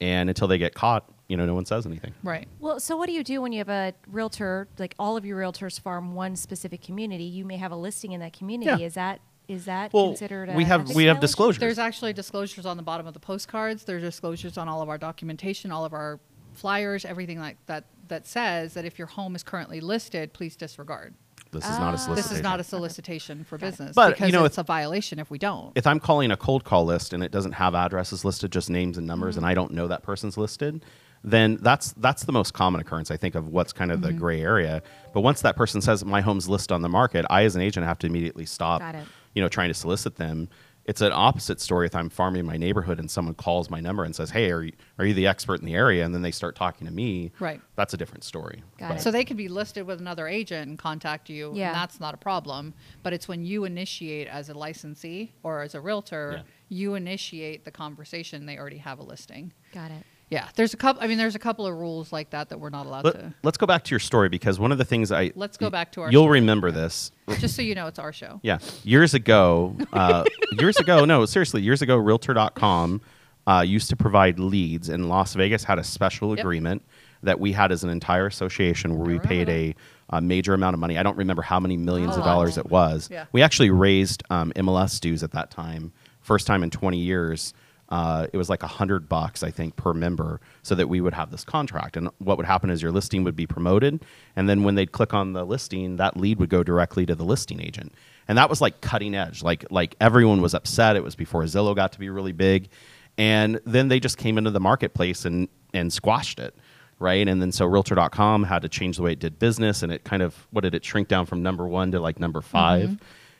Speaker 4: and until they get caught, you know, no one says anything.
Speaker 2: Right.
Speaker 3: Well, so what do you do when you have a realtor, like all of your realtors farm one specific community? You may have a listing in that community.
Speaker 4: Yeah.
Speaker 3: Is that is that considered? A
Speaker 4: we have we
Speaker 3: disclosure.
Speaker 4: have disclosures.
Speaker 2: There's actually disclosures on the bottom of the postcards. There's disclosures on all of our documentation, all of our flyers, everything like that that says that if your home is currently listed, plees disregard.
Speaker 4: this is not a solicitation.
Speaker 2: This is not a solicitation for business
Speaker 4: But, you
Speaker 2: because
Speaker 4: know,
Speaker 2: it's
Speaker 4: if-
Speaker 2: a violation if we don't.
Speaker 4: if I'm calling a cold call list and it doesn't have addresses listed, just names and numbers,
Speaker 2: Mm-hmm.
Speaker 4: and I don't know that person's listed, then that's that's the most common occurrence I think of what's kind of the
Speaker 2: Mm-hmm.
Speaker 4: gray area. But once that person says my home's listed on the market, I as an agent have to immediately stop,
Speaker 3: Got it.
Speaker 4: you know, trying to solicit them. It's an opposite story if I'm farming in my neighborhood and someone calls my number and says, "Hey, are you, are you the expert in the area?" and then they start talking to me.
Speaker 2: Right.
Speaker 4: That's a different story.
Speaker 3: Got
Speaker 4: But-
Speaker 3: it.
Speaker 2: So they could be listed with another agent and contact you,
Speaker 3: Yeah.
Speaker 2: and that's not a problem. But it's when you initiate as a licensee or as a realtor,
Speaker 4: Yeah.
Speaker 2: you initiate the conversation. They already have a listing.
Speaker 3: Got it.
Speaker 2: Yeah, there's a couple. I mean, there's a couple of rules like that that we're not allowed
Speaker 4: Let,
Speaker 2: to.
Speaker 4: us go back to your story because one of the things I
Speaker 2: Let's go back to our
Speaker 4: You'll
Speaker 2: story.
Speaker 4: remember this.
Speaker 2: Just so you know, it's our show.
Speaker 4: Yeah. Years ago, uh, years ago, no, seriously, years ago, realtor.com uh, used to provide leads, and Las Vegas had a special
Speaker 2: Yep.
Speaker 4: agreement that we had as an entire association where we
Speaker 2: remember
Speaker 4: paid a, a major amount of money. I don't remember how many millions
Speaker 2: A
Speaker 4: of
Speaker 2: lot.
Speaker 4: dollars it was.
Speaker 2: Yeah.
Speaker 4: We actually raised um, MLS dues at that time, first time in 20 years. Uh, it was like a hundred bucks, I think, per member, so that we would have this contract. And what would happen is your listing would be promoted, and then when they'd click on the listing, that lead would go directly to the listing agent. And that was like cutting edge. Like like everyone was upset. It was before Zillow got to be really big, and then they just came into the marketplace and and squashed it right? And then so Realtor.com had to change the way it did business, and it kind of what did it shrink down from number one to like number 5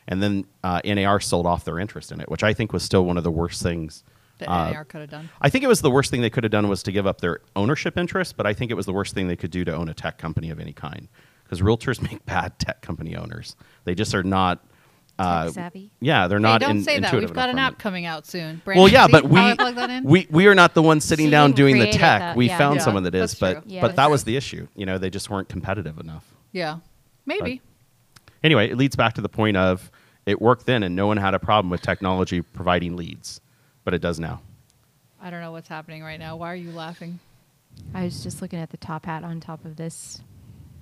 Speaker 4: and then uh, NAR sold off their interest in it, which I think was still one of the worst things.
Speaker 2: That
Speaker 4: uh,
Speaker 2: NAR could have done.
Speaker 4: I think it was the worst thing they could have done was to give up their ownership interest, but I think it was the worst thing they could do to own a tech company of any kind because realtors make bad tech company owners. They just are not Uh,
Speaker 3: savvy.
Speaker 4: Yeah, they're
Speaker 2: Hey,
Speaker 4: not.
Speaker 2: don't
Speaker 4: in-
Speaker 2: say that.
Speaker 4: intuitive
Speaker 2: We've got
Speaker 4: enough
Speaker 2: an
Speaker 4: for
Speaker 2: app
Speaker 4: me.
Speaker 2: coming out soon.
Speaker 4: Well,
Speaker 2: Brandon,
Speaker 4: yeah,
Speaker 2: see
Speaker 4: but
Speaker 2: how
Speaker 4: we
Speaker 2: I plug that in?
Speaker 4: we we are not the ones sitting
Speaker 3: So you
Speaker 4: down
Speaker 3: didn't
Speaker 4: doing the
Speaker 3: create it,
Speaker 4: tech.
Speaker 3: though.
Speaker 4: we
Speaker 3: Yeah.
Speaker 4: found
Speaker 2: Yeah,
Speaker 4: someone that is,
Speaker 2: that's
Speaker 4: but
Speaker 2: true.
Speaker 3: Yeah,
Speaker 4: but
Speaker 3: that's
Speaker 4: that was the issue. You know, they just weren't competitive enough.
Speaker 2: yeah, maybe.
Speaker 4: Anyway, it leads back to the point of it worked then, and no one had a problem with technology providing leads, but it does now.
Speaker 2: I don't know what's happening right now. Why are you laughing?
Speaker 3: I was just looking at the top hat on top of this.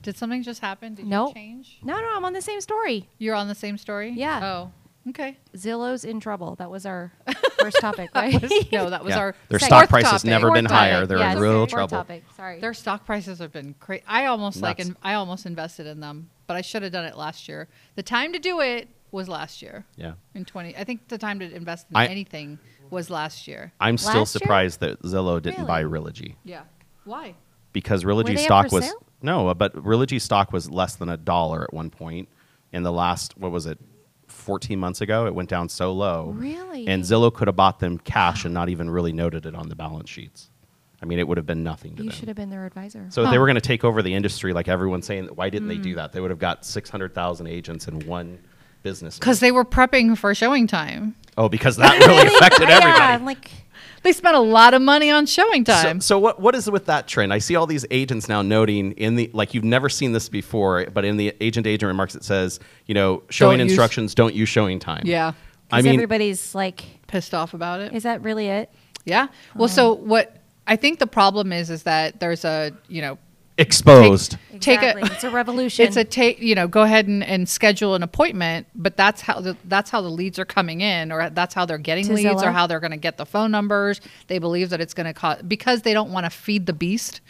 Speaker 2: Did something just happen? Did
Speaker 3: Nope.
Speaker 2: you change?
Speaker 3: No, no, I'm on the same story.
Speaker 2: You're on the same story?
Speaker 3: Yeah.
Speaker 2: Oh, okay.
Speaker 3: Zillow's in trouble. That was our first topic, right?
Speaker 2: No, that was
Speaker 4: Yeah.
Speaker 2: our
Speaker 4: Their
Speaker 2: second-
Speaker 4: stock
Speaker 2: fourth
Speaker 4: price has
Speaker 2: topic.
Speaker 4: never
Speaker 3: Fourth
Speaker 4: been
Speaker 3: topic.
Speaker 4: higher. They're
Speaker 3: Yes.
Speaker 4: in real
Speaker 3: Fourth
Speaker 4: trouble.
Speaker 3: topic. Sorry.
Speaker 2: Their stock prices have been crazy. I almost like,
Speaker 4: Nuts.
Speaker 2: in, I almost invested in them, but I should have done it last year. The time to do it was last year.
Speaker 4: Yeah.
Speaker 2: In twenty, I think the time to invest in
Speaker 4: I-
Speaker 2: anything was last year.
Speaker 4: I'm
Speaker 3: Last
Speaker 4: still
Speaker 3: year?
Speaker 4: surprised that Zillow didn't
Speaker 3: Really?
Speaker 4: buy Relogy
Speaker 2: Yeah. Why?
Speaker 4: because
Speaker 3: they
Speaker 4: Relogy
Speaker 3: up
Speaker 4: stock
Speaker 3: for
Speaker 4: was
Speaker 3: sale?
Speaker 4: no, uh, but Relogy stock was less than a dollar at one point. In the last, what was it, 14 months ago, it went down so low.
Speaker 3: Really?
Speaker 4: And Zillow could have bought them cash and not even really noted it on the balance sheets. I mean, it would have been nothing to
Speaker 3: you
Speaker 4: them.
Speaker 3: should have been their advisor.
Speaker 4: So if they were going to take over the industry, like everyone's saying, why didn't they
Speaker 3: Mm.
Speaker 4: do that? They would have got 600,000 agents in one business.
Speaker 2: Because they were prepping for showing time.
Speaker 4: oh, because that really affected
Speaker 3: yeah,
Speaker 4: everybody.
Speaker 3: I'm like
Speaker 2: They spent a lot of money on showing time.
Speaker 4: So, so what what is with that trend? I see all these agents now noting in the like you've never seen this before, but in the agent to agent remarks it says you know showing
Speaker 2: Don't use-
Speaker 4: instructions, don't use showing time.
Speaker 2: yeah.
Speaker 4: I
Speaker 3: 'cause
Speaker 4: mean
Speaker 3: everybody's like,
Speaker 2: Pissed off about it.
Speaker 3: is that really it?
Speaker 2: yeah. Well, so what I think the problem is is that there's a, you know,
Speaker 4: exposed.
Speaker 2: Take a-
Speaker 3: Exactly. it's a revolution.
Speaker 2: it's a take you know go ahead and, and schedule an appointment but that's how the, that's how the leads are coming in or that's how they're getting
Speaker 3: To
Speaker 2: leads or
Speaker 3: Zillow?
Speaker 2: how they're going to get the phone numbers they believe that it's going to cost because they don't want to feed the beast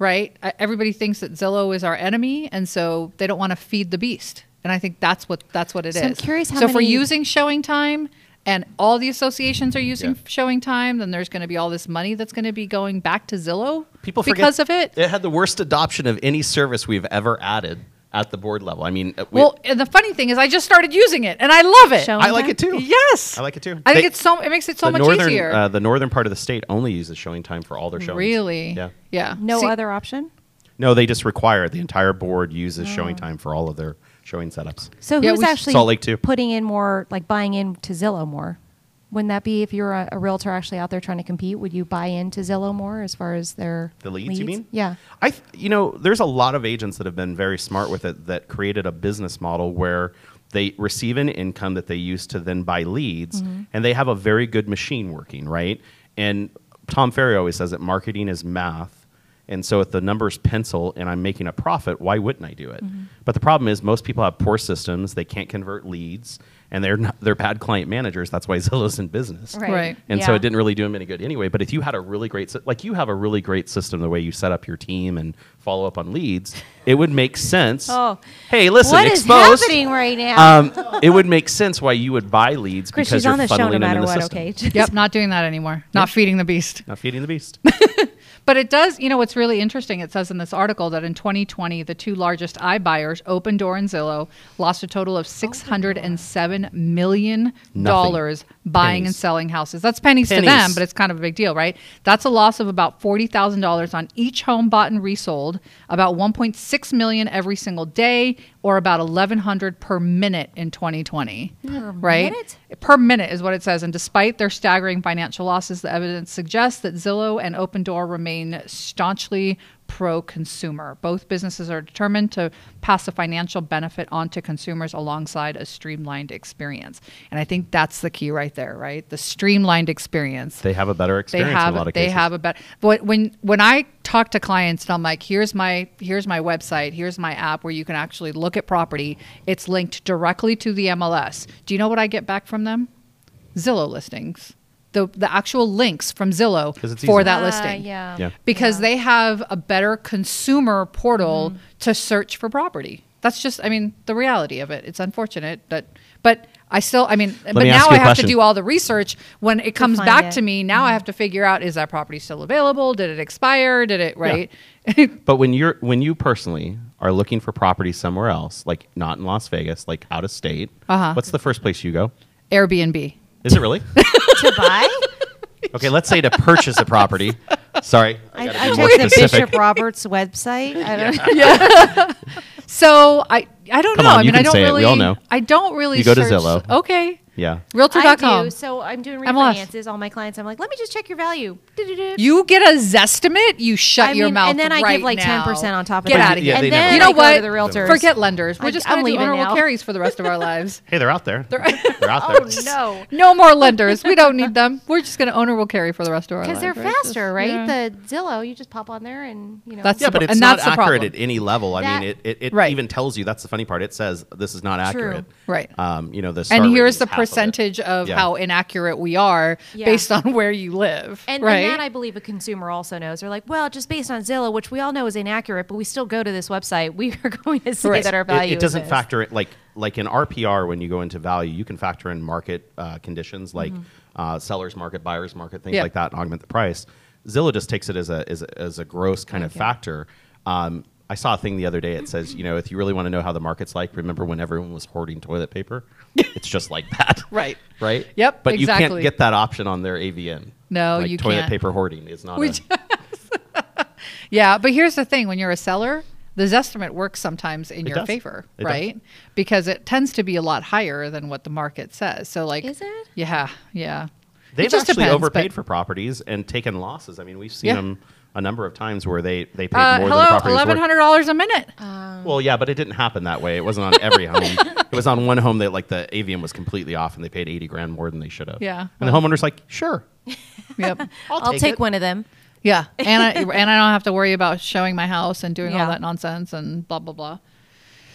Speaker 2: right Uh, everybody thinks that zillow is our enemy and so they don't want to feed the beast and i think that's what that's what it is.
Speaker 3: So I'm curious how
Speaker 2: so if we're
Speaker 3: many-
Speaker 2: using showing time and all the associations are using
Speaker 4: Yeah.
Speaker 2: showing time then there's going to be all this money that's going to be going back to zillow
Speaker 4: People forget
Speaker 2: because of it
Speaker 4: It had the worst adoption of any service we've ever added at the board level. I mean, uh, we,
Speaker 2: well, and the funny thing is, I just started using it, and I love it.
Speaker 3: Showing
Speaker 4: I like it too.
Speaker 2: Yes,
Speaker 4: I like it too.
Speaker 2: I think
Speaker 4: They-
Speaker 2: it's so. It makes it so
Speaker 4: the
Speaker 2: much
Speaker 4: northern
Speaker 2: easier.
Speaker 4: Uh, the northern part of the state only uses showing time for all their showings.
Speaker 2: really?
Speaker 4: Yeah.
Speaker 2: Yeah.
Speaker 3: no
Speaker 2: See,
Speaker 3: other option.
Speaker 4: No, they just require the entire board uses
Speaker 2: Oh.
Speaker 4: showing time for all of their showing setups.
Speaker 3: So
Speaker 2: Yeah,
Speaker 3: who's
Speaker 2: we should-
Speaker 3: actually
Speaker 4: Salt Lake, too.
Speaker 3: putting in more, like buying into Zillow more? Wouldn't that be if you're a, a realtor actually out there trying to compete? Would you buy into Zillow more as far as their
Speaker 4: The leads, you mean?
Speaker 3: Yeah.
Speaker 4: I, th- you know, there's a lot of agents that have been very smart with it that created a business model where they receive an income that they use to then buy leads, and they have a very good machine working, right? And Tom Ferry always says that marketing is math. And so if the numbers pencil and I'm making a profit, why wouldn't I do it? But the problem is most people have poor systems, they can't convert leads, and they're not, they're bad client managers. That's why Zillow's in business.
Speaker 2: Right. Right.
Speaker 4: And so
Speaker 3: Yeah.
Speaker 4: it didn't really do him any good anyway. But if you had a really great, sy- like you have a really great system, the way you set up your team and follow up on leads, it would make sense.
Speaker 3: Oh.
Speaker 4: hey, listen,
Speaker 3: What is
Speaker 4: exposed.
Speaker 3: happening right now?
Speaker 4: um, it would make sense why you would buy leads
Speaker 3: Chris,
Speaker 4: because
Speaker 3: she's
Speaker 4: you're
Speaker 3: on the
Speaker 4: funneling
Speaker 3: show no
Speaker 4: them
Speaker 3: matter
Speaker 4: in the
Speaker 3: what.
Speaker 4: system.
Speaker 3: Okay.
Speaker 2: Yep. Not doing that anymore. Not feeding the beast.
Speaker 4: Not feeding the beast.
Speaker 2: But it does, you know, what's really interesting, it says in this article that in 2020, the two largest iBuyers, Open Door and Zillow, lost a total
Speaker 4: Oh
Speaker 2: of $607 million dollars buying and
Speaker 4: Pennies.
Speaker 2: selling houses. That's pennies, to them,
Speaker 4: Pennies.
Speaker 2: but it's kind of a big deal, right? That's a loss of about $40,000 on each home bought and resold, about 1.6 million every single day, or about 1,100 per minute in 2020 right?
Speaker 3: minute?
Speaker 2: Per minute is what it says. And despite their staggering financial losses, the evidence suggests that Zillow and Open Door remain staunchly pro consumer. Both businesses are determined to pass a financial benefit on to consumers alongside a streamlined experience. And I think that's the key right there, right? The streamlined experience
Speaker 4: they have a better
Speaker 2: they
Speaker 4: experience
Speaker 2: have
Speaker 4: in a lot of
Speaker 2: they
Speaker 4: cases.
Speaker 2: have a better but when when i talk to clients and i'm like here's my here's my website here's my app where you can actually look at property it's linked directly to the mls do you know what i get back from them zillow listings the the actual links from zillow
Speaker 4: 'Cause it's
Speaker 2: for
Speaker 4: easy.
Speaker 2: that
Speaker 3: Ah,
Speaker 2: listing
Speaker 3: yeah. Mm-hmm.
Speaker 4: Yeah.
Speaker 2: because they have a better consumer portal to search for property that's just i mean the reality of it it's unfortunate that but I still, I mean, but
Speaker 4: me
Speaker 2: now
Speaker 4: ask
Speaker 2: I
Speaker 4: you
Speaker 2: have
Speaker 4: a
Speaker 2: to
Speaker 4: question.
Speaker 2: do all the research when it comes
Speaker 3: find
Speaker 2: back
Speaker 3: it. Mm-hmm.
Speaker 2: to me. Now I have to figure out is that property still available? Did it expire? Did it right?
Speaker 4: But when you're when you personally are looking for property somewhere else, like not in Las Vegas, like out of state,
Speaker 2: Uh-huh.
Speaker 4: what's the first place you go?
Speaker 2: Airbnb.
Speaker 4: Is it really?
Speaker 3: to buy?
Speaker 4: okay, let's say to purchase a property. Sorry,
Speaker 3: I,
Speaker 4: gotta
Speaker 3: I
Speaker 4: be more
Speaker 3: checked the
Speaker 4: specific.
Speaker 3: Bishop Roberts website. I don't
Speaker 2: So I I don't
Speaker 4: Come
Speaker 2: know.
Speaker 4: on,
Speaker 2: I
Speaker 4: you
Speaker 2: mean, I
Speaker 4: can
Speaker 2: don't
Speaker 4: say it.
Speaker 2: really.
Speaker 4: We all know.
Speaker 2: I don't really.
Speaker 4: You go to
Speaker 2: search-
Speaker 4: Zillow.
Speaker 2: Okay.
Speaker 4: Yeah.
Speaker 3: I
Speaker 2: Realtor.com.
Speaker 3: do. So I'm doing
Speaker 2: I'm lost.
Speaker 3: refinances. All my clients, I'm like, let me just check your value. Du-du-du.
Speaker 2: You get a zestimate. You shut
Speaker 3: I
Speaker 2: your
Speaker 3: mean,
Speaker 2: mouth.
Speaker 3: and then I
Speaker 2: right
Speaker 3: give like
Speaker 2: now.
Speaker 3: 10% on top of
Speaker 2: Get
Speaker 3: that.
Speaker 2: out of
Speaker 4: Yeah,
Speaker 2: here.
Speaker 4: they
Speaker 3: and then
Speaker 4: never-
Speaker 2: you know
Speaker 3: I
Speaker 2: what?
Speaker 3: Go to the realtors.
Speaker 2: Forget lenders. We're
Speaker 3: I-
Speaker 2: just
Speaker 3: I'm
Speaker 2: going to do
Speaker 3: leaving
Speaker 2: honorable
Speaker 3: now.
Speaker 2: carries for the rest of our lives.
Speaker 4: Hey, they're out there. They're, out there.
Speaker 3: Oh no,
Speaker 2: No more lenders. We don't need them. We're just going to honorable carry for the rest of our lives.
Speaker 3: because they're
Speaker 2: right? This-
Speaker 3: faster, right?
Speaker 2: yeah.
Speaker 3: The Zillow, you just pop on there and you know.
Speaker 2: That's-
Speaker 4: Yeah, but
Speaker 2: And
Speaker 4: it's not
Speaker 2: that's the
Speaker 4: accurate
Speaker 2: problem.
Speaker 4: at any level. I
Speaker 3: That-
Speaker 4: mean, it, it, it
Speaker 2: Right.
Speaker 4: even tells you that's the funny part. It says this is not accurate.
Speaker 2: Right.
Speaker 4: Um, you know, the star
Speaker 2: and
Speaker 4: rating
Speaker 2: here's
Speaker 4: is
Speaker 2: the
Speaker 4: half of it.
Speaker 2: percentage of,
Speaker 4: Yeah.
Speaker 2: how inaccurate we are
Speaker 3: Yeah.
Speaker 2: based on where you live.
Speaker 3: and,
Speaker 2: right.
Speaker 3: and that I believe a consumer also knows. They're like, well, just based on Zillow, which we all know is inaccurate, but we still go to this website. We are going to say
Speaker 2: Right.
Speaker 3: that our
Speaker 4: It-
Speaker 3: value.
Speaker 4: It,
Speaker 3: is
Speaker 4: doesn't
Speaker 3: this.
Speaker 4: factor it like like in RPR when you go into value, you can factor in market uh, conditions like uh, seller's market, buyer's market, things
Speaker 2: Mm-hmm. Yeah.
Speaker 4: like that, and augment the price. Zillow just takes it as a as a, as a gross kind of factor. Um, I saw a thing the other day. It says, you know, if you really want to know how the market's like, remember when everyone was hoarding toilet paper? it's just like that,
Speaker 2: Right.
Speaker 4: Right.
Speaker 2: Yep,
Speaker 4: But you
Speaker 2: exactly.
Speaker 4: can't get that option on their AVM.
Speaker 2: No,
Speaker 4: Like,
Speaker 2: you
Speaker 4: toilet
Speaker 2: can't.
Speaker 4: paper hoarding is not.
Speaker 2: We
Speaker 4: a-
Speaker 2: just- Yeah, but here's the thing: when you're a seller, the Zestimate works sometimes in your
Speaker 4: does.
Speaker 2: favor,
Speaker 4: It does.
Speaker 2: right? Because it tends to be a lot higher than what the market says. So, like,
Speaker 3: Is it?
Speaker 2: Yeah, yeah.
Speaker 4: They've
Speaker 2: It just
Speaker 4: actually
Speaker 2: depends,
Speaker 4: overpaid
Speaker 2: but-
Speaker 4: for properties and taken losses. I mean, we've seen
Speaker 2: Yeah.
Speaker 4: them a number of times where they they paid
Speaker 2: Uh,
Speaker 4: more than the
Speaker 2: hello,
Speaker 4: property
Speaker 2: eleven
Speaker 4: was worth.
Speaker 2: hundred dollars a minute.
Speaker 4: Well, yeah, but it didn't happen that way. It wasn't on every home. It was on one home that like the AVM was completely off, and they paid eighty grand more than they should have.
Speaker 2: Yeah.
Speaker 4: and the homeowner's like, sure,
Speaker 2: yep.
Speaker 3: I'll, take, one of them.
Speaker 2: Yeah, and I, and I don't have to worry about showing my house and doing
Speaker 3: Yeah.
Speaker 2: all that nonsense and blah blah blah.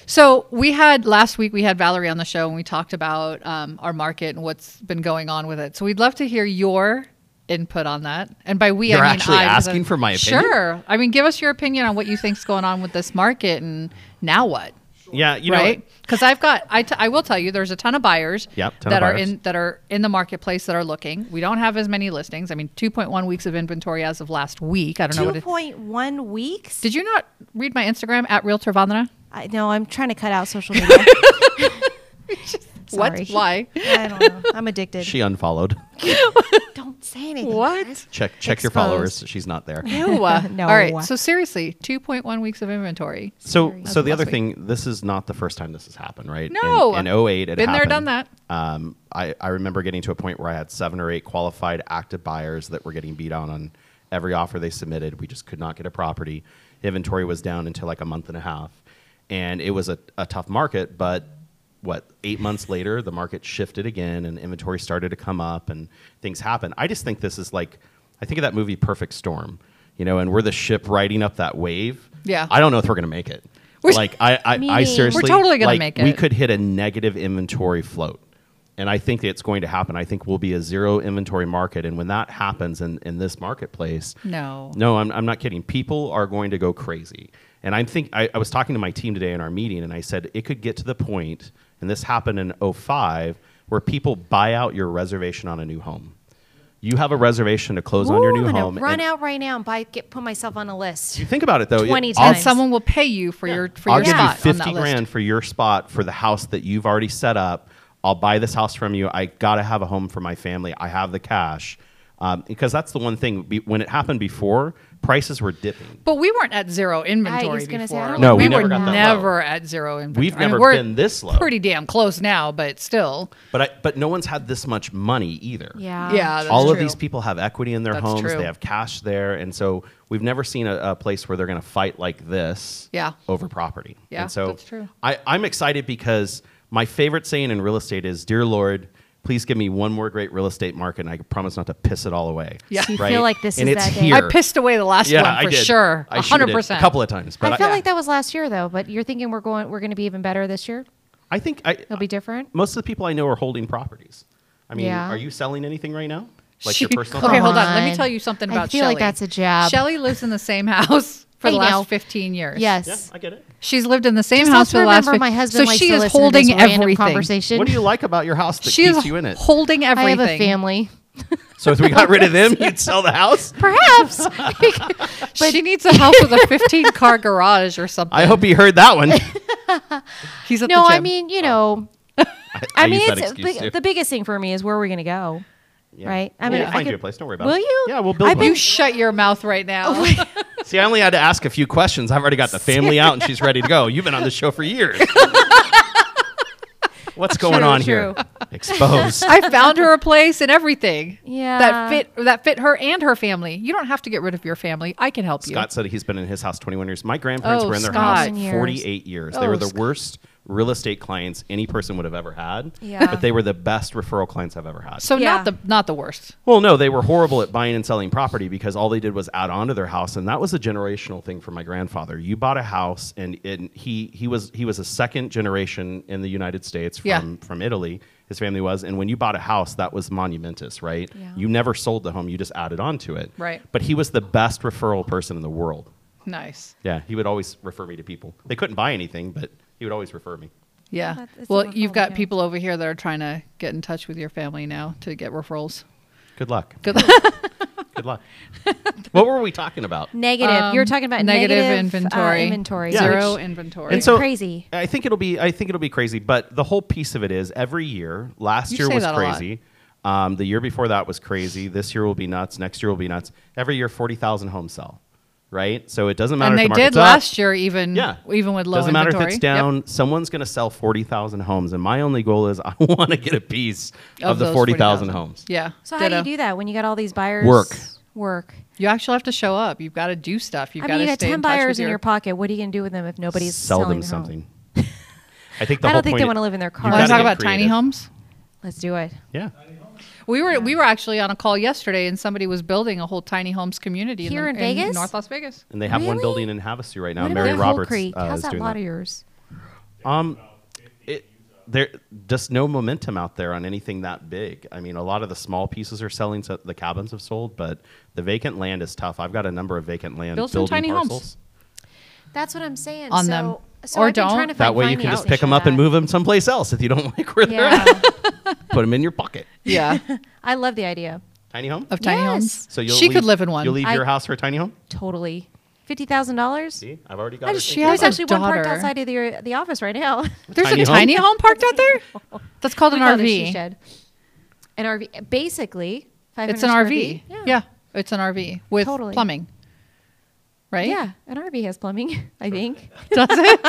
Speaker 2: So we had last week we had Valerie on the show and we talked about um, our market and what's been going on with it. So we'd love to hear your input on that. And by we,
Speaker 4: You're
Speaker 2: I mean
Speaker 4: actually
Speaker 2: I, because
Speaker 4: asking
Speaker 2: I-
Speaker 4: for my opinion?
Speaker 2: Sure. I mean, give us your opinion on what you think's going on with this market and now what.
Speaker 4: yeah, you know,
Speaker 2: Right, because I've got I, t- I will tell you there's a ton of buyers
Speaker 4: Yep, ton of
Speaker 2: that are
Speaker 4: buyers.
Speaker 2: in that are in the marketplace that are looking. We don't have as many listings. I mean, 2.1 weeks of inventory as of last week. I don't know what
Speaker 3: Two
Speaker 2: it,
Speaker 3: point one weeks.
Speaker 2: did you not read my Instagram at Realtor Vandana?
Speaker 3: I, no, I'm trying to cut out social media. Sorry.
Speaker 2: What? Why?
Speaker 3: I don't know. I'm addicted.
Speaker 4: she unfollowed.
Speaker 3: don't say anything.
Speaker 2: What?
Speaker 4: Check check your
Speaker 3: Exposed.
Speaker 4: followers. She's not there.
Speaker 2: Ew.
Speaker 3: No.
Speaker 2: All right. So seriously, 2.1 weeks of inventory.
Speaker 4: So,
Speaker 3: That's
Speaker 4: so the
Speaker 2: last
Speaker 4: other
Speaker 2: week.
Speaker 4: thing, this is not the first time this has happened, right?
Speaker 2: No.
Speaker 4: in, in 08, it
Speaker 2: Been there,
Speaker 4: happened.
Speaker 2: done that.
Speaker 4: Um, I, I remember getting to a point where I had seven or eight qualified active buyers that were getting beat on on every offer they submitted. We just could not get a property. Inventory was down until like a month and a half, and it was a, a tough market. But what eight months later, the market shifted again, and inventory started to come up, and things happened. I just think this is like, I think of that movie Perfect Storm, you know, and we're the ship riding up that wave.
Speaker 2: Yeah.
Speaker 4: I don't know if we're gonna make it.
Speaker 2: We're-
Speaker 4: like I, I, I
Speaker 3: Meaning-
Speaker 4: seriously,
Speaker 2: We're totally gonna
Speaker 4: like,
Speaker 2: make
Speaker 4: We
Speaker 2: it.
Speaker 4: could hit a negative inventory float, and I think it's going to happen. I think we'll be a zero inventory market, and when that happens in, in this marketplace,
Speaker 2: No.
Speaker 4: no, I'm, I'm not kidding. People are going to go crazy, and I'm think I, I was talking to my team today in our meeting, and I said it could get to the point, and this happened in 05, where people buy out your reservation on a new home. You have a reservation to close on your
Speaker 3: Ooh,
Speaker 4: new
Speaker 3: I'm gonna
Speaker 4: home.
Speaker 3: Run
Speaker 4: and
Speaker 3: out right now and buy. Get put myself on a list.
Speaker 4: Think about it though. it-
Speaker 3: 20
Speaker 4: I'll-
Speaker 2: And
Speaker 3: times.
Speaker 2: someone will pay you for your for
Speaker 4: I'll
Speaker 2: your
Speaker 4: give you
Speaker 2: spot on
Speaker 4: fifty
Speaker 2: that
Speaker 4: grand
Speaker 2: list.
Speaker 4: for your spot for the house that you've already set up. I'll buy this house from you. I gotta have a home for my family. I have the cash um, because that's the one thing. Be, when it happened before, prices were dipping.
Speaker 2: But we weren't at zero inventory
Speaker 3: I was gonna
Speaker 2: before.
Speaker 3: say, I
Speaker 2: Like,
Speaker 3: don't
Speaker 4: No, we
Speaker 2: were
Speaker 4: never got that
Speaker 2: never at zero inventory. I mean,
Speaker 4: never
Speaker 2: we're
Speaker 4: been this low.
Speaker 2: Pretty damn close now, but still.
Speaker 4: But I, but no one's had this much money either.
Speaker 3: Yeah.
Speaker 2: yeah, that's
Speaker 4: All of
Speaker 2: true.
Speaker 4: these people have equity in their
Speaker 2: That's
Speaker 4: homes.
Speaker 2: true.
Speaker 4: They have cash there, and so we've never seen a, a place where they're going to fight like this.
Speaker 2: Yeah.
Speaker 4: over property.
Speaker 2: Yeah,
Speaker 4: and so
Speaker 2: that's true.
Speaker 4: I, I'm excited because my favorite saying in real estate is, "Dear Lord." Please give me one more great real estate market, and I promise not to piss it all away.
Speaker 2: Yeah. So
Speaker 3: you feel like this
Speaker 4: and
Speaker 3: is
Speaker 4: it's
Speaker 3: that day.
Speaker 4: here.
Speaker 2: I pissed away the last
Speaker 4: Yeah,
Speaker 2: one
Speaker 4: I
Speaker 2: for
Speaker 4: did.
Speaker 2: sure.
Speaker 4: I sure did.
Speaker 2: 100%.
Speaker 4: A couple of times, but
Speaker 3: I
Speaker 4: I,
Speaker 3: felt like that was last year though, but you're thinking we're going we're going to be even better this year.
Speaker 4: I think I,
Speaker 3: It'll be different.
Speaker 4: most of the people I know are holding properties. I mean,
Speaker 3: Yeah.
Speaker 4: are you selling anything right now? Like
Speaker 2: She-
Speaker 4: your personal?
Speaker 2: Okay,
Speaker 4: property?
Speaker 2: hold on. Let me
Speaker 3: on.
Speaker 2: tell you something
Speaker 3: I
Speaker 2: about
Speaker 3: feel
Speaker 2: Shelley.
Speaker 3: like that's a jab.
Speaker 2: Shelley lives in the same house for the
Speaker 3: I
Speaker 2: last
Speaker 3: know.
Speaker 2: 15 years.
Speaker 4: Yeah,
Speaker 3: Yes.
Speaker 4: I get it.
Speaker 2: She's lived in the same
Speaker 3: Just
Speaker 2: house for
Speaker 3: also
Speaker 2: the last
Speaker 3: remember, my
Speaker 2: 15
Speaker 3: husband
Speaker 2: So
Speaker 3: likes
Speaker 2: she
Speaker 3: to
Speaker 2: is
Speaker 3: listen to
Speaker 2: holding
Speaker 3: this random
Speaker 2: everything.
Speaker 3: Conversation.
Speaker 4: What do you like about your house that
Speaker 2: She
Speaker 4: keeps
Speaker 2: is
Speaker 4: you in it?
Speaker 2: holding
Speaker 3: I
Speaker 2: everything.
Speaker 3: have a family.
Speaker 4: So if we got rid of them, you'd sell the house.
Speaker 3: Perhaps.
Speaker 2: But she needs a house with a 15 car garage or something.
Speaker 4: I hope you heard that one. I,
Speaker 2: He's at the
Speaker 3: no, I
Speaker 2: gym.
Speaker 3: mean, you know,
Speaker 4: Oh. I
Speaker 3: I mean,
Speaker 4: use that
Speaker 3: it's
Speaker 4: excuse
Speaker 3: the,
Speaker 4: too.
Speaker 3: the biggest thing for me is where are we going to go?
Speaker 4: Yeah.
Speaker 3: Right? I
Speaker 4: We'll
Speaker 3: mean, I
Speaker 4: find
Speaker 3: could-
Speaker 4: you a place. Don't worry about
Speaker 3: Will
Speaker 4: it.
Speaker 3: you?
Speaker 4: Yeah, we'll build
Speaker 3: I've
Speaker 4: one.
Speaker 3: been- Oh
Speaker 2: you shut your mouth right now.
Speaker 4: See, I only had to ask a few questions. I've already got the family out, and she's ready to go. You've been on the show for years. What's going
Speaker 3: True,
Speaker 4: on
Speaker 3: true.
Speaker 4: here? Exposed.
Speaker 2: I found her a place and everything.
Speaker 3: Yeah.
Speaker 2: That fit that fit her and her family. You don't have to get rid of your family. I can help
Speaker 4: Scott
Speaker 2: you.
Speaker 4: said he's been in his house 21 years. My grandparents
Speaker 2: Oh,
Speaker 4: were in their
Speaker 2: Scott.
Speaker 4: house
Speaker 3: Years.
Speaker 4: 48 years. They were
Speaker 2: Oh,
Speaker 4: the
Speaker 2: Scott.
Speaker 4: worst real estate clients any person would have ever had.
Speaker 3: Yeah.
Speaker 4: But they were the best referral clients I've ever had.
Speaker 2: So
Speaker 3: Yeah.
Speaker 2: not the not the worst.
Speaker 4: well, no, they were horrible at buying and selling property because all they did was add on to their house, and that was a generational thing for my grandfather. You bought a house, and, and he he was he was a second generation in the United States from
Speaker 2: Yeah.
Speaker 4: from Italy. His family was, and when you bought a house, that was monumentous, right?
Speaker 3: Yeah.
Speaker 4: You never sold the home; you just added on to it.
Speaker 2: Right.
Speaker 4: But he was the best referral person in the world.
Speaker 2: Nice.
Speaker 4: Yeah, he would always refer me to people. They couldn't buy anything, but he would always refer me.
Speaker 2: Yeah.
Speaker 3: That- that's a
Speaker 2: well,
Speaker 3: work
Speaker 2: you've
Speaker 3: all
Speaker 2: got
Speaker 3: weekend.
Speaker 2: people over here that are trying to get in touch with your family now to get referrals.
Speaker 4: Good luck.
Speaker 2: Good.
Speaker 4: Good luck. what were we talking about?
Speaker 3: Negative. you were
Speaker 2: Um,
Speaker 3: talking about
Speaker 2: negative
Speaker 3: negative,
Speaker 2: inventory.
Speaker 3: Uh, inventory.
Speaker 4: Yeah.
Speaker 2: Zero
Speaker 4: Which-
Speaker 2: inventory.
Speaker 3: And It's so- crazy.
Speaker 4: I think it'll be. I think it'll be crazy. But the whole piece of it is every year. Last
Speaker 2: You
Speaker 4: year
Speaker 2: say
Speaker 4: was
Speaker 2: that a lot.
Speaker 4: crazy. Um, the year before that was crazy. This year will be nuts. Next year will be nuts. Every year, forty thousand homes sell. Right. So it doesn't matter.
Speaker 2: and
Speaker 4: if
Speaker 2: they
Speaker 4: the
Speaker 2: did
Speaker 4: market's up.
Speaker 2: last year, even
Speaker 4: Yeah.
Speaker 2: even with low
Speaker 4: Doesn't matter
Speaker 2: inventory.
Speaker 4: if it's
Speaker 2: Yep.
Speaker 4: down. Someone's going to sell 40,000 homes. And my only goal is I want to get a piece of, the
Speaker 2: those
Speaker 4: 40,000 homes.
Speaker 2: Yeah.
Speaker 3: So how do you
Speaker 2: Ditto.
Speaker 3: do that when you got all these buyers?
Speaker 4: Work.
Speaker 3: Work.
Speaker 2: You actually have to show up. You've got to do stuff. You've
Speaker 3: I
Speaker 2: got
Speaker 3: mean, you
Speaker 2: to
Speaker 3: got
Speaker 2: stay
Speaker 3: ten
Speaker 2: in touch
Speaker 3: buyers
Speaker 2: with
Speaker 3: in your pocket. What are you going to do with them if nobody's
Speaker 4: Sell
Speaker 3: selling
Speaker 4: them
Speaker 3: their
Speaker 4: something.
Speaker 3: Home?
Speaker 4: I think the
Speaker 3: I
Speaker 4: whole
Speaker 3: don't think
Speaker 4: point
Speaker 3: they want to live in their
Speaker 4: you
Speaker 3: car.
Speaker 2: Want
Speaker 4: gotta
Speaker 2: to talk
Speaker 4: get
Speaker 2: about tiny
Speaker 4: creative.
Speaker 2: homes?
Speaker 3: Let's do it.
Speaker 4: Yeah.
Speaker 2: We were we were actually on a call yesterday, and somebody was building a whole tiny homes community
Speaker 3: Here
Speaker 2: the-
Speaker 3: in Vegas?
Speaker 2: North Las Vegas.
Speaker 4: And they have one
Speaker 3: Really?
Speaker 4: building in Havasu right now.
Speaker 3: what
Speaker 4: Mary
Speaker 3: about
Speaker 4: Roberts
Speaker 3: Hole Creek?
Speaker 4: uh,
Speaker 3: How's
Speaker 4: is
Speaker 3: that
Speaker 4: doing
Speaker 3: lot
Speaker 4: that. Um,
Speaker 3: of yours?
Speaker 4: It, there just no momentum out there on anything that big. I mean, a lot of the small pieces are selling, so the cabins have sold, but the vacant land is tough. I've got a number of vacant land
Speaker 2: Build some
Speaker 4: building
Speaker 2: tiny homes.
Speaker 4: parcels.
Speaker 3: That's what I'm saying.
Speaker 2: On
Speaker 3: so,
Speaker 2: them.
Speaker 3: So
Speaker 2: Or
Speaker 3: I've been
Speaker 2: don't.
Speaker 3: trying to
Speaker 4: That
Speaker 3: find
Speaker 4: way you can just
Speaker 3: financing
Speaker 4: pick them
Speaker 3: for
Speaker 4: up and
Speaker 3: that.
Speaker 4: move them someplace else if you don't like where they're at.
Speaker 3: Yeah,
Speaker 4: Put them in your pocket.
Speaker 2: Yeah,
Speaker 3: I love the idea.
Speaker 4: Tiny home.
Speaker 2: of tiny
Speaker 3: Yes.
Speaker 2: homes.
Speaker 4: So you'll
Speaker 2: she
Speaker 4: leave,
Speaker 2: could live in one.
Speaker 4: You'll leave
Speaker 3: I-
Speaker 4: your house for a tiny home.
Speaker 3: Totally. Fifty thousand dollars.
Speaker 4: See, I've already got.
Speaker 3: I
Speaker 4: her
Speaker 3: just,
Speaker 4: thinking
Speaker 3: there's
Speaker 4: about it.
Speaker 2: has a
Speaker 3: actually one parked
Speaker 2: daughter.
Speaker 3: outside of the, the office right now.
Speaker 2: There's
Speaker 4: tiny
Speaker 2: a
Speaker 4: home?
Speaker 2: tiny home parked out there. That's called
Speaker 3: We
Speaker 2: an
Speaker 3: call it a she
Speaker 2: RV.
Speaker 3: shed. An RV, basically. 500
Speaker 2: It's an
Speaker 3: square
Speaker 2: RV.
Speaker 3: feet.
Speaker 2: Yeah. it's an RV with
Speaker 3: Totally.
Speaker 2: plumbing. Right?
Speaker 3: Yeah, an RV has plumbing, I think.
Speaker 2: Does it?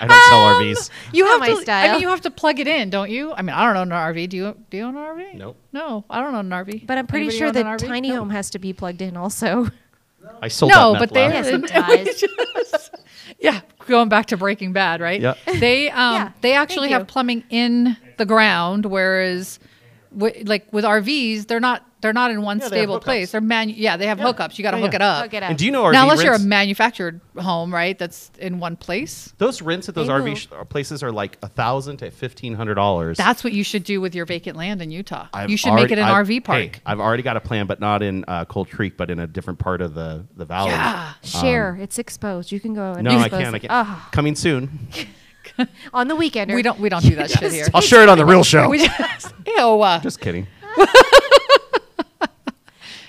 Speaker 4: I don't
Speaker 2: um,
Speaker 4: sell RVs.
Speaker 2: You
Speaker 3: Not
Speaker 2: have
Speaker 3: my
Speaker 2: to. I
Speaker 3: style.
Speaker 2: mean, you have to plug it in, don't you? I mean, I don't own an RV. Do you? Do you own an RV?
Speaker 4: Nope.
Speaker 2: No, I don't own an RV.
Speaker 3: But I'm pretty
Speaker 2: Anybody
Speaker 3: sure
Speaker 2: own
Speaker 3: the
Speaker 2: an RV?
Speaker 3: tiny
Speaker 2: No. Um,
Speaker 3: home has to be plugged in also.
Speaker 4: I sold
Speaker 2: No,
Speaker 4: that
Speaker 2: but
Speaker 4: meth
Speaker 2: they-
Speaker 4: lab.
Speaker 2: Yes,
Speaker 3: yes,
Speaker 2: it
Speaker 3: it
Speaker 2: Yeah, going back to Breaking Bad, right?
Speaker 4: Yep.
Speaker 2: They um
Speaker 3: Yeah,
Speaker 2: they actually
Speaker 3: thank
Speaker 2: have
Speaker 3: you.
Speaker 2: plumbing in the ground, whereas wi- like with RVs, they're not they're not in one
Speaker 4: Yeah, they have
Speaker 2: stable place.
Speaker 4: hookups.
Speaker 2: They're man yeah, they have
Speaker 4: Yeah.
Speaker 2: hookups. You got to
Speaker 4: Yeah,
Speaker 2: hook
Speaker 4: yeah.
Speaker 2: it up.
Speaker 3: Oh, Hook it up.
Speaker 4: And do you know RV
Speaker 2: now, unless you're a
Speaker 4: rents?
Speaker 2: manufactured home, right? That's in one place.
Speaker 4: those rents at those
Speaker 3: They
Speaker 4: RV
Speaker 3: move.
Speaker 4: sh- uh, places are like a thousand to fifteen hundred dollars.
Speaker 2: That's what you should do with your vacant land in Utah.
Speaker 4: I've
Speaker 2: you should make
Speaker 4: already-
Speaker 2: it an
Speaker 4: I've-
Speaker 2: RV park.
Speaker 4: hey, I've already got a plan, but not in uh, Cold Creek, but in a different part of the the valley.
Speaker 2: Yeah.
Speaker 3: Share. it's exposed. You can go and
Speaker 4: No, I
Speaker 3: expose
Speaker 4: can't. I
Speaker 3: it.
Speaker 4: can't.
Speaker 3: Ah,
Speaker 4: Coming soon.
Speaker 3: on the weekend.
Speaker 2: we don't we don't do that shit here.
Speaker 4: I'll share it on the real show.
Speaker 2: We just, ew. uh,
Speaker 4: Just kidding.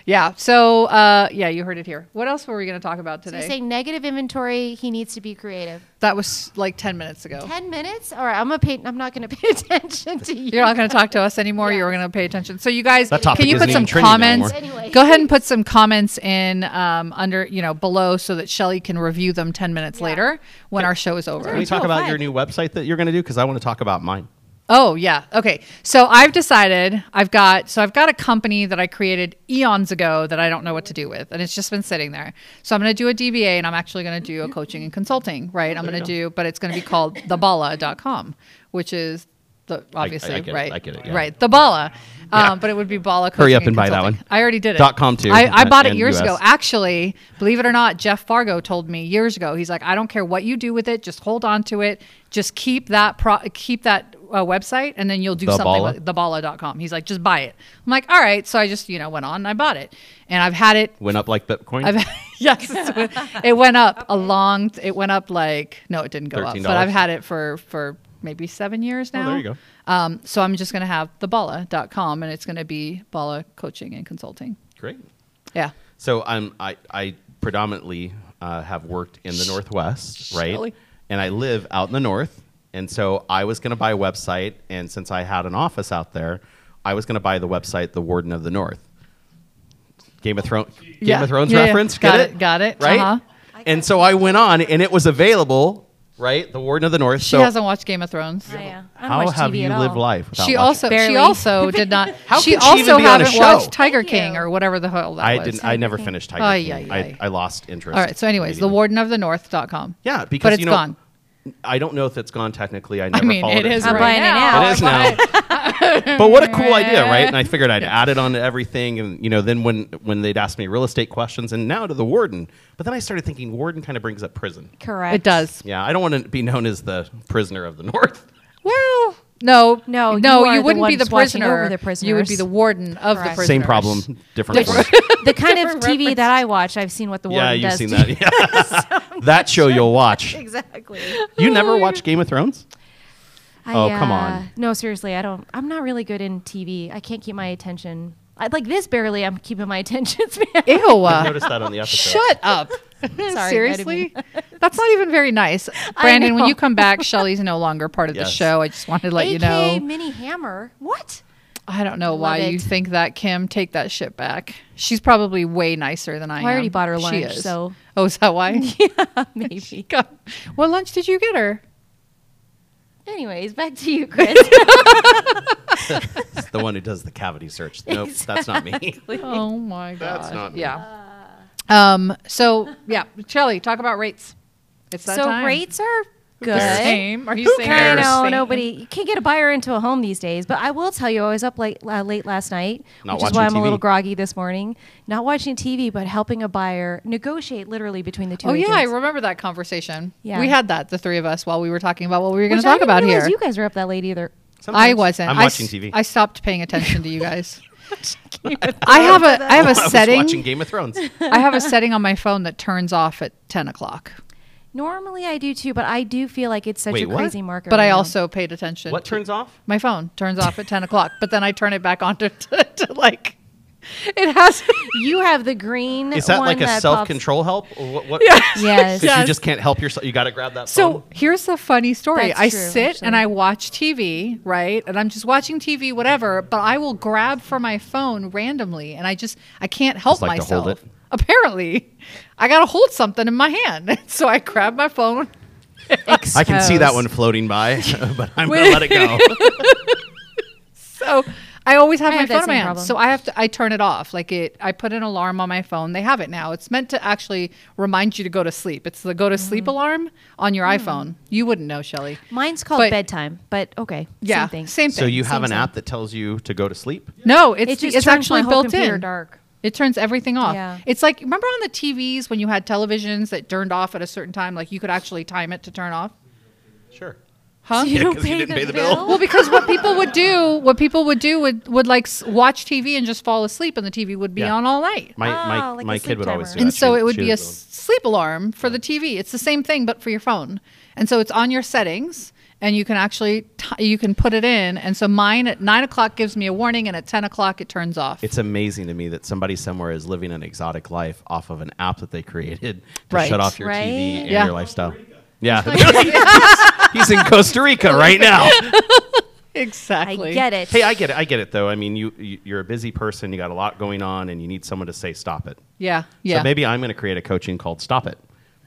Speaker 2: yeah. So uh, yeah, you heard it here. What else were we going to talk about
Speaker 3: So
Speaker 2: today?
Speaker 3: you're saying negative inventory, he needs to be creative.
Speaker 2: that was like ten minutes ago.
Speaker 3: Ten minutes? All right, I'm gonna pay I'm not gonna pay attention to you.
Speaker 2: You're not going to talk to us anymore. You're going to pay attention. So you guys,
Speaker 4: That
Speaker 2: can
Speaker 4: topic
Speaker 2: you put
Speaker 4: isn't
Speaker 2: some
Speaker 4: even trending
Speaker 2: comments?
Speaker 4: anymore.
Speaker 3: Anyway.
Speaker 2: Go ahead and put some comments in um, under, you know, below, so that Shelly can review them ten minutes later when our show is
Speaker 4: Can
Speaker 2: over.
Speaker 4: we talk about
Speaker 3: 205.
Speaker 4: your new website that you're going to do? Because I want to talk about mine.
Speaker 2: Oh yeah. Okay. So I've decided I've got so I've got a company that I created eons ago that I don't know what to do with and it's just been sitting there. So I'm going to do a DBA and I'm actually going to do a coaching and consulting, right? I'm going to do but it's going to be called thebala.com, which is the obviously
Speaker 4: get it.
Speaker 2: right.
Speaker 4: I get it, yeah.
Speaker 2: Right. The Bala. Um,
Speaker 4: Yeah.
Speaker 2: but it would be Bala
Speaker 4: Hurry
Speaker 2: Coaching
Speaker 4: up and buy that
Speaker 2: Consulting.
Speaker 4: one.
Speaker 2: I already did it.
Speaker 4: Dot com too,
Speaker 2: I, I
Speaker 4: and-
Speaker 2: bought it
Speaker 4: and
Speaker 2: years ago.
Speaker 4: US.
Speaker 2: Actually, believe it or not, Jeff Fargo told me years ago. He's like, I don't care what you do with it, just hold on to it. Just keep that pro- keep that uh, website, and then you'll do
Speaker 4: The
Speaker 2: something
Speaker 4: Bala?
Speaker 2: with thebala.com. He's like, just buy it. I'm like, all right. So I just you know went on and I bought it, and I've had it.
Speaker 4: Went up like Bitcoin.
Speaker 2: I've yes, it's went- it went up a long. It went up like no, it didn't go up, but
Speaker 4: $13.
Speaker 2: I've had it for for maybe seven years
Speaker 4: Oh,
Speaker 2: now.
Speaker 4: there you go.
Speaker 2: Um, so I'm just gonna have thebala.com, and it's gonna be Bala Coaching and Consulting.
Speaker 4: Great.
Speaker 2: Yeah.
Speaker 4: So I'm I, I predominantly uh, have worked in the Northwest, right?
Speaker 2: Shelley.
Speaker 4: And I live out in the north. And so I was going to buy a website, and since I had an office out there, I was going to buy the website "The Warden of the North." Game of Thrones, Game
Speaker 2: Yeah.
Speaker 4: of Thrones
Speaker 2: Yeah, yeah.
Speaker 4: reference.
Speaker 2: Got
Speaker 4: Get
Speaker 2: it, got it.
Speaker 4: Right.
Speaker 2: Uh-huh.
Speaker 4: And so I went on, and it was available right? The Warden of the North.
Speaker 2: She
Speaker 4: so
Speaker 2: hasn't watched Game of Thrones.
Speaker 3: Oh, yeah. I don't
Speaker 4: how
Speaker 3: watch
Speaker 4: have
Speaker 3: TV
Speaker 4: you
Speaker 3: at
Speaker 4: lived
Speaker 3: all.
Speaker 4: life? Without
Speaker 2: She
Speaker 4: watching-
Speaker 2: also
Speaker 3: Barely.
Speaker 2: she also did not.
Speaker 4: How
Speaker 2: she
Speaker 4: could she
Speaker 2: also
Speaker 4: even be on a
Speaker 2: haven't
Speaker 4: show?
Speaker 2: watched Tiger
Speaker 3: Thank
Speaker 2: King
Speaker 3: you.
Speaker 2: or whatever the hell that
Speaker 4: I
Speaker 2: was.
Speaker 4: didn't. I never finished Tiger
Speaker 2: Ay,
Speaker 4: King.
Speaker 2: ay, ay.
Speaker 4: I, I lost interest.
Speaker 2: All right. So, anyways, the
Speaker 4: immediately.
Speaker 2: warden of the north.com.
Speaker 4: Yeah, because
Speaker 2: but it's
Speaker 4: you know,
Speaker 2: gone.
Speaker 4: I don't know if it's gone technically. I
Speaker 2: I
Speaker 4: never
Speaker 2: mean,
Speaker 4: followed
Speaker 2: it is
Speaker 3: I'm
Speaker 2: right
Speaker 3: buying it
Speaker 2: now.
Speaker 3: now.
Speaker 4: It is now. but what a cool idea, right? And I figured I'd add it on to everything, and you know, then when when they'd ask me real estate questions, and now to the warden. But then I started thinking, warden kind of brings up prison.
Speaker 3: Correct.
Speaker 2: It does.
Speaker 4: Yeah, I don't want to be known as the prisoner of the north.
Speaker 2: Well, no, no,
Speaker 3: No, you
Speaker 2: you,
Speaker 3: are the
Speaker 2: wouldn't be
Speaker 3: ones
Speaker 2: the
Speaker 3: watching
Speaker 2: prisoner.
Speaker 3: over the
Speaker 2: You would be
Speaker 3: prisoners.
Speaker 2: the warden of the
Speaker 3: Correct.
Speaker 2: prisoners.
Speaker 4: Same problem, different.
Speaker 2: Different-
Speaker 4: warden.
Speaker 3: the kind of
Speaker 2: Different
Speaker 3: TV
Speaker 2: reference.
Speaker 3: that I watch, I've seen what the
Speaker 4: yeah,
Speaker 3: warden
Speaker 4: you've
Speaker 3: does.
Speaker 4: seen
Speaker 3: to-
Speaker 4: that. Yeah. that show you'll watch.
Speaker 5: Exactly.
Speaker 4: You never watch Game of Thrones?
Speaker 3: I,
Speaker 4: Oh, come
Speaker 3: uh,
Speaker 4: on.
Speaker 3: No, seriously, I don't. I'm not really good in TV. I can't keep my attention. I, like this, barely. I'm keeping my attention span.
Speaker 2: Ew.
Speaker 4: I
Speaker 2: uh,
Speaker 4: noticed that on the episode.
Speaker 2: Shut up.
Speaker 3: I
Speaker 2: Seriously?
Speaker 3: didn't
Speaker 2: That's not even very nice. Brandon, when
Speaker 3: know.
Speaker 2: you come back, Shelly's no longer part of
Speaker 4: Yes.
Speaker 2: the show. I just wanted to let you
Speaker 3: AKA
Speaker 2: know.
Speaker 3: Mini Hammer. What?
Speaker 2: I don't know why
Speaker 3: Love
Speaker 2: you
Speaker 3: it.
Speaker 2: think that, Kim. Take that shit back. She's probably way nicer than I am.
Speaker 3: Well, I already bought her
Speaker 2: She
Speaker 3: lunch,
Speaker 2: is.
Speaker 3: so-
Speaker 2: Oh, is that why?
Speaker 3: Maybe.
Speaker 2: God. What lunch did you get her?
Speaker 3: Anyways, back to you, Chris.
Speaker 2: Oh,
Speaker 4: It's the one who does the cavity search. Nope, that's not me.
Speaker 2: Oh my god.
Speaker 4: That's not me.
Speaker 2: yeah.
Speaker 3: Uh.
Speaker 2: Um. So yeah, Shelly, talk about rates. It's that
Speaker 3: so
Speaker 2: time.
Speaker 3: rates are good.
Speaker 4: cares?
Speaker 2: Same. Are you saying
Speaker 3: I
Speaker 4: cares?
Speaker 3: know
Speaker 2: same?
Speaker 3: nobody you can't get a buyer into a home these days, but I will tell you, I was up late uh, late last night,
Speaker 4: Not
Speaker 3: which is why I'm
Speaker 4: watching
Speaker 3: a little
Speaker 4: TV.
Speaker 3: groggy this morning. Not watching TV, but helping a buyer negotiate literally between the two.
Speaker 2: Oh yeah, I
Speaker 3: agents.
Speaker 2: remember that conversation.
Speaker 3: Yeah.
Speaker 2: we had that the three of us while we were talking about what we were going
Speaker 3: Which
Speaker 2: to
Speaker 3: I
Speaker 2: talk
Speaker 3: didn't
Speaker 2: about
Speaker 3: realize
Speaker 2: here.
Speaker 3: You guys were up that late either.
Speaker 2: I wasn't.
Speaker 4: I'm
Speaker 2: I
Speaker 4: watching
Speaker 2: s-
Speaker 4: TV.
Speaker 2: I stopped paying attention to you guys. I have a I have a
Speaker 4: I was watching
Speaker 2: setting
Speaker 4: Game of Thrones.
Speaker 2: I have a setting on my phone that turns off at ten o'clock.
Speaker 3: Normally I do too, but I do feel like it's such
Speaker 4: Wait,
Speaker 3: a
Speaker 4: what?
Speaker 3: crazy market.
Speaker 2: But
Speaker 3: right
Speaker 2: I
Speaker 3: now.
Speaker 2: also paid attention.
Speaker 4: What
Speaker 2: to-
Speaker 4: turns off?
Speaker 2: my phone turns off at ten o'clock, but then I turn it back on to, to, to like it has
Speaker 3: you have the green.
Speaker 4: Is that
Speaker 3: one
Speaker 4: like a
Speaker 3: that
Speaker 4: self control help? Or what, what?
Speaker 3: pops- Yes.
Speaker 4: Because you just can't help yourself. You got to grab that
Speaker 2: So
Speaker 4: phone.
Speaker 2: here's the funny story.
Speaker 3: That's
Speaker 2: I
Speaker 3: true,
Speaker 2: sit and
Speaker 3: actually.
Speaker 2: I watch TV, right? And I'm just watching TV, whatever. But I will grab for my phone randomly, and I just I can't help
Speaker 4: Just like to
Speaker 2: myself.
Speaker 4: hold it.
Speaker 2: Apparently, I gotta hold something in my hand, so I grab my phone.
Speaker 4: I can see that
Speaker 3: Exposed.
Speaker 4: one floating by, but I'm going to let it go.
Speaker 2: So I always have
Speaker 3: I
Speaker 2: my
Speaker 3: have that
Speaker 2: phone in my
Speaker 3: same
Speaker 2: hand.
Speaker 3: problem.
Speaker 2: So I have to I turn it off. Like it, I put an alarm on my phone. They have it now. It's meant to actually remind you to go to sleep. It's the go to
Speaker 3: Mm-hmm.
Speaker 2: sleep alarm on
Speaker 3: Hmm.
Speaker 2: your iPhone. You wouldn't know, Shelly.
Speaker 3: Mine's called
Speaker 2: But-
Speaker 3: bedtime, but okay.
Speaker 2: Yeah,
Speaker 3: Same thing.
Speaker 2: same thing.
Speaker 4: So you have
Speaker 3: Same
Speaker 4: an
Speaker 3: thing.
Speaker 4: app that tells you to go to sleep?
Speaker 2: No, it's
Speaker 3: It just
Speaker 2: it's
Speaker 3: turns
Speaker 2: actually
Speaker 3: my whole
Speaker 2: built
Speaker 3: computer
Speaker 2: in.
Speaker 3: dark.
Speaker 2: It turns everything off.
Speaker 3: Yeah.
Speaker 2: It's like remember on the TVs when you had televisions that turned off at a certain time, like you could actually time it to turn off.
Speaker 4: Sure.
Speaker 2: Huh?
Speaker 3: You don't
Speaker 4: 'cause you
Speaker 3: pay
Speaker 4: didn't
Speaker 3: the
Speaker 4: pay the bill.
Speaker 2: Well, because what people would do, what people would do would would like s- watch TV and just fall asleep, and the TV would be
Speaker 4: Yeah.
Speaker 2: on all night.
Speaker 4: My, my,
Speaker 3: Oh, like a
Speaker 4: my kid
Speaker 3: sleep
Speaker 4: would always
Speaker 3: timer.
Speaker 4: do that.
Speaker 2: and so
Speaker 4: She-
Speaker 2: it would
Speaker 4: she
Speaker 2: be a
Speaker 4: would-
Speaker 2: s- sleep alarm for the TV. It's the same thing, but for your phone. And so it's on your settings, and you can actually t- you can put it in. And so mine at nine o'clock gives me a warning, and at ten o'clock it turns off.
Speaker 4: It's amazing to me that somebody somewhere is living an exotic life off of an app that they created to
Speaker 2: Right.
Speaker 4: shut off your
Speaker 3: Right?
Speaker 4: TV and
Speaker 2: Yeah.
Speaker 4: your lifestyle. Yeah. He's in Costa Rica right now.
Speaker 3: I
Speaker 2: exactly.
Speaker 3: get it.
Speaker 4: Hey, I get it. I get it though. I mean, you you- you're a busy person. You got a lot going on, and you need someone to say stop it.
Speaker 2: Yeah. Yeah.
Speaker 4: So maybe I'm going to create a coaching called Stop It.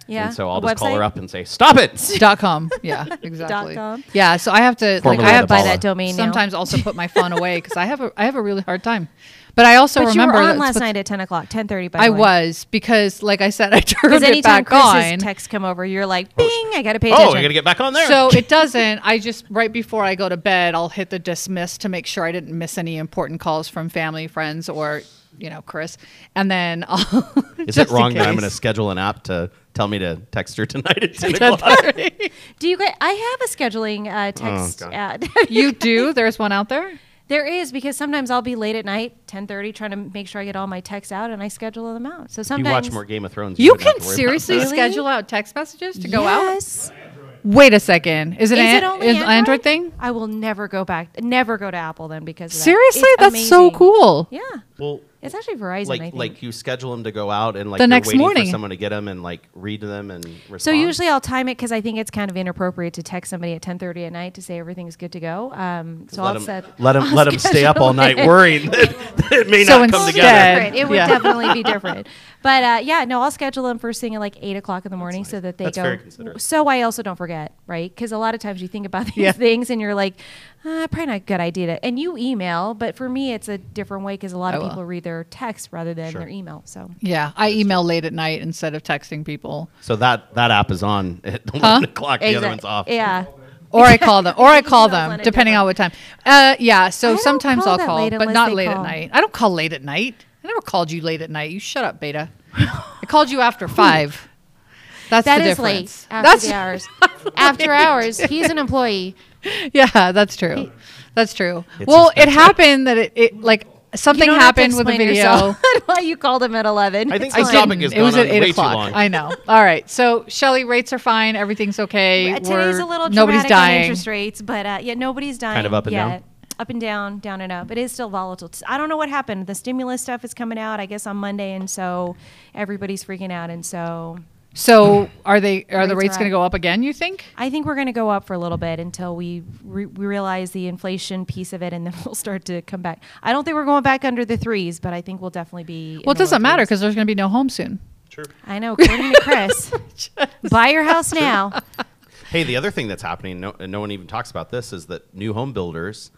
Speaker 3: Yeah.
Speaker 4: And so
Speaker 3: a
Speaker 4: I'll just call her
Speaker 3: website?
Speaker 4: up and say, Stop it.
Speaker 2: dot com. Yeah, exactly.
Speaker 3: com.
Speaker 2: Yeah, so I have to like
Speaker 4: Formerly
Speaker 2: I
Speaker 3: I
Speaker 4: of
Speaker 2: have
Speaker 3: have buy
Speaker 4: Tabala.
Speaker 3: that domain now.
Speaker 2: sometimes also put my phone away because I have a I have a really hard time. But I also
Speaker 3: But
Speaker 2: remember
Speaker 3: you were on
Speaker 2: that's
Speaker 3: last
Speaker 2: what-
Speaker 3: night at 10 o'clock, 10.30 by the
Speaker 2: I
Speaker 3: way.
Speaker 2: was because like I said I turned
Speaker 3: Because
Speaker 2: it
Speaker 3: anytime
Speaker 2: back
Speaker 3: Chris's
Speaker 2: on.
Speaker 3: texts come over, you're like, bing, I got to pay
Speaker 4: Oh,
Speaker 3: attention.
Speaker 4: I got to get back on there.
Speaker 2: So it doesn't. I just right before I go to bed, I'll hit the dismiss to make sure I didn't miss any important calls from family, friends, or you know Chris. And then I'll
Speaker 4: is it
Speaker 2: just in
Speaker 4: wrong that I'm going to
Speaker 2: case.
Speaker 4: schedule an app to tell me to text her tonight at 10 o'clock?
Speaker 3: Do you get? I have a scheduling uh, text
Speaker 4: Oh, God.
Speaker 3: ad.
Speaker 2: You do. There's one out there.
Speaker 3: there is because sometimes I'll be late at night, ten thirty, trying to make sure I get all my texts out, and I schedule them out. So
Speaker 4: you
Speaker 3: sometimes
Speaker 4: watch more Game of Thrones.
Speaker 2: You
Speaker 4: wouldn't have
Speaker 2: can
Speaker 4: to worry about
Speaker 2: seriously
Speaker 4: this.
Speaker 3: Really?
Speaker 2: schedule out text messages to go out.
Speaker 3: yes.
Speaker 2: Wait a second. Is it,
Speaker 3: Is
Speaker 2: an,
Speaker 3: it only
Speaker 2: is
Speaker 3: Android?
Speaker 2: Android? Android thing?
Speaker 3: I will never go back. Never go to Apple then because of that.
Speaker 2: Seriously,
Speaker 3: It's
Speaker 2: that's so
Speaker 3: amazing.
Speaker 2: cool.
Speaker 3: Yeah.
Speaker 4: Well,
Speaker 3: It's actually Verizon. I
Speaker 4: Like
Speaker 3: think.
Speaker 4: like you schedule them to go out and like
Speaker 2: The
Speaker 4: you're
Speaker 2: next
Speaker 4: waiting
Speaker 2: morning.
Speaker 4: for someone to get them and like read them and respond.
Speaker 3: So usually I'll time it because I think it's kind of inappropriate to text somebody at 10:30 at night to say everything's good to go. Um, so
Speaker 4: let
Speaker 3: I'll
Speaker 4: them,
Speaker 3: set.
Speaker 4: let them let 'em stay up all night worrying that, that it may
Speaker 2: So
Speaker 4: not come
Speaker 2: instead-
Speaker 4: together.
Speaker 3: Different. It would
Speaker 2: Yeah.
Speaker 3: definitely be different. But uh, yeah, no, I'll schedule them first thing at like eight o'clock in the morning so that they
Speaker 4: That's
Speaker 3: go.
Speaker 4: very considerate.
Speaker 3: So I also don't forget, right? Because a lot of times you think about these
Speaker 2: Yeah.
Speaker 3: things and you're like, ah, probably not a good idea to. And you email, but for me it's a different way because a lot of
Speaker 2: Oh, well.
Speaker 3: people read their text rather than
Speaker 4: Sure.
Speaker 3: their email. So
Speaker 2: Yeah, I email late at night instead of texting people,
Speaker 4: So that that app is on at one o'clock. The other one's off.
Speaker 3: Yeah.
Speaker 2: or I call them, or I call
Speaker 3: Email's
Speaker 2: them,
Speaker 3: on a
Speaker 2: depending on what time. Uh, yeah,
Speaker 3: I
Speaker 2: so
Speaker 3: don't
Speaker 2: sometimes
Speaker 3: call
Speaker 2: I'll
Speaker 3: that
Speaker 2: call,
Speaker 3: late
Speaker 2: but
Speaker 3: unless
Speaker 2: not
Speaker 3: they
Speaker 2: late at
Speaker 3: call.
Speaker 2: night. I don't call late at night. I never called you late at night. You shut up, Beta. I called you after five. That's
Speaker 3: That
Speaker 2: the
Speaker 3: is
Speaker 2: difference.
Speaker 3: late after
Speaker 2: That's
Speaker 3: the hours.
Speaker 5: After hours, he's an employee.
Speaker 2: yeah, that's true. That's true.
Speaker 4: It's
Speaker 2: well, it
Speaker 4: expensive.
Speaker 2: happened that it, it like something
Speaker 3: You don't have to
Speaker 2: happened with the
Speaker 3: explain
Speaker 2: video.
Speaker 3: yourself why you called him at 11.
Speaker 4: I think
Speaker 2: I
Speaker 4: this topic
Speaker 2: didn't.
Speaker 4: has
Speaker 2: it was
Speaker 4: gone
Speaker 2: at
Speaker 4: on
Speaker 2: eight
Speaker 4: way too
Speaker 2: o'clock.
Speaker 4: long.
Speaker 2: I know. All right. So Shelly, rates are fine. Everything's okay.
Speaker 3: Uh, Today's
Speaker 2: We're-
Speaker 3: a little
Speaker 2: nobody's
Speaker 3: dramatic
Speaker 2: dying.
Speaker 3: on interest rates, but uh, yeah, nobody's dying.
Speaker 4: of up and
Speaker 3: yet.
Speaker 4: down?
Speaker 3: Up and down, down and up. It is still volatile. T- I don't know what happened. The stimulus stuff is coming out, I guess, on Monday, and so everybody's freaking out. And so
Speaker 2: So are they? Are the
Speaker 3: Rates
Speaker 2: rates
Speaker 3: are
Speaker 2: going to
Speaker 3: up.
Speaker 2: go up again? You think?
Speaker 3: I think we're going to go up for a little bit until we, re- we realize the inflation piece of it, and then we'll start to come back. I don't think we're going back under the threes, but I think we'll definitely be. in
Speaker 2: Well, it
Speaker 3: the low
Speaker 2: doesn't matter
Speaker 3: threes.
Speaker 2: because there's going to be no home soon.
Speaker 3: I know. According to Chris, buy your house now.
Speaker 4: Hey, the other thing that's happening, no, and no one even talks about this, is that new home builders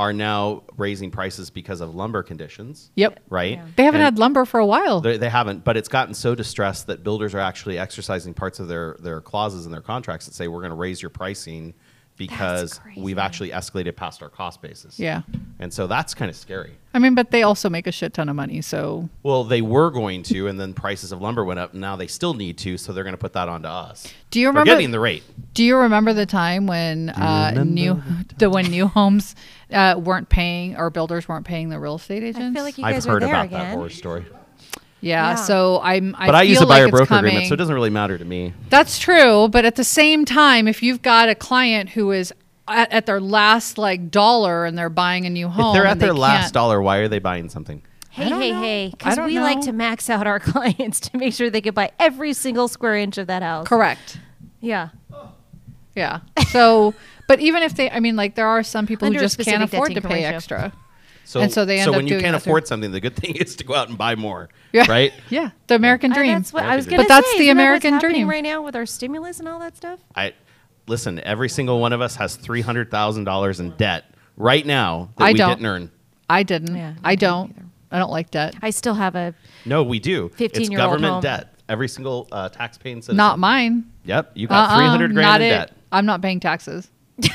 Speaker 4: are now raising prices because of lumber conditions.
Speaker 2: Yep.
Speaker 4: Right.
Speaker 3: Yeah.
Speaker 2: They haven't
Speaker 4: And
Speaker 2: had lumber for a while.
Speaker 4: They, they haven't, but it's gotten so distressed that builders are actually exercising parts of their, their clauses in their contracts that say we're going to raise your pricing because
Speaker 3: crazy.
Speaker 4: we've actually escalated past our cost basis.
Speaker 2: Yeah.
Speaker 4: And so that's kind of scary.
Speaker 2: I mean, but they also make a shit ton of money. So
Speaker 4: Well, they were going to, and then prices of lumber went up. And now they still need to, so they're going to put that onto us.
Speaker 2: Do you
Speaker 4: For
Speaker 2: remember-
Speaker 4: getting the rate?
Speaker 2: Do you remember the time when uh, new the, when new homes uh, weren't paying or builders weren't paying the real estate
Speaker 3: I
Speaker 2: agents?
Speaker 3: feel like you
Speaker 4: I've
Speaker 3: guys
Speaker 4: heard
Speaker 3: are there
Speaker 4: about
Speaker 3: again.
Speaker 4: that horror story.
Speaker 2: yeah,
Speaker 3: Yeah.
Speaker 2: So I'm. I
Speaker 4: But I,
Speaker 2: feel
Speaker 4: use a
Speaker 2: like
Speaker 4: buyer
Speaker 2: it's
Speaker 4: broker
Speaker 2: coming.
Speaker 4: agreement, so it doesn't really matter to me.
Speaker 2: That's true, but at the same time, if you've got a client who is at, at their last like dollar and they're buying a new home,
Speaker 4: if they're at
Speaker 2: Oh, and they
Speaker 4: their last
Speaker 2: can't-
Speaker 4: dollar, why are they buying something?
Speaker 3: Hey,
Speaker 2: don't
Speaker 3: hey,
Speaker 2: know.
Speaker 3: hey.
Speaker 2: I
Speaker 3: Because
Speaker 2: don't
Speaker 3: we like
Speaker 2: know.
Speaker 3: to max out our clients to make sure they could buy every single square inch of that house.
Speaker 2: correct.
Speaker 3: Yeah.
Speaker 2: Yeah. So, but even if they, I mean, like there are some people
Speaker 3: Under
Speaker 2: who
Speaker 3: a
Speaker 2: just can't
Speaker 3: specific
Speaker 2: afford to
Speaker 3: debt-to-income
Speaker 2: pay
Speaker 3: ratio.
Speaker 2: extra.
Speaker 4: So,
Speaker 2: And so they end
Speaker 4: so
Speaker 2: up
Speaker 4: when you
Speaker 2: doing
Speaker 4: can't
Speaker 2: that through-
Speaker 4: afford something, the good thing is to go out and buy more,
Speaker 2: Yeah.
Speaker 4: right?
Speaker 2: Yeah, the American
Speaker 3: I,
Speaker 2: dream.
Speaker 3: Oh, that's what I was
Speaker 4: But
Speaker 3: going to say.
Speaker 2: that's the
Speaker 3: Isn't that what's
Speaker 2: American
Speaker 3: happening
Speaker 2: dream.
Speaker 3: right now with our stimulus and all that stuff.
Speaker 4: I listen. Every single one of us has three hundred thousand dollars in debt right now that
Speaker 2: I
Speaker 4: we
Speaker 2: don't.
Speaker 4: didn't earn.
Speaker 2: I didn't.
Speaker 3: Yeah,
Speaker 2: I
Speaker 3: I didn't
Speaker 2: don't.
Speaker 3: either.
Speaker 2: I don't like debt.
Speaker 3: I still have a.
Speaker 4: No, we do. It's
Speaker 3: 15-year-old
Speaker 4: government
Speaker 3: home.
Speaker 4: debt. Every single uh, tax-paying citizen.
Speaker 2: Not mine.
Speaker 4: Yep, you got
Speaker 2: Uh-uh,
Speaker 4: three hundred
Speaker 2: not
Speaker 4: grand in
Speaker 2: it.
Speaker 4: debt.
Speaker 2: I'm not paying taxes. yeah,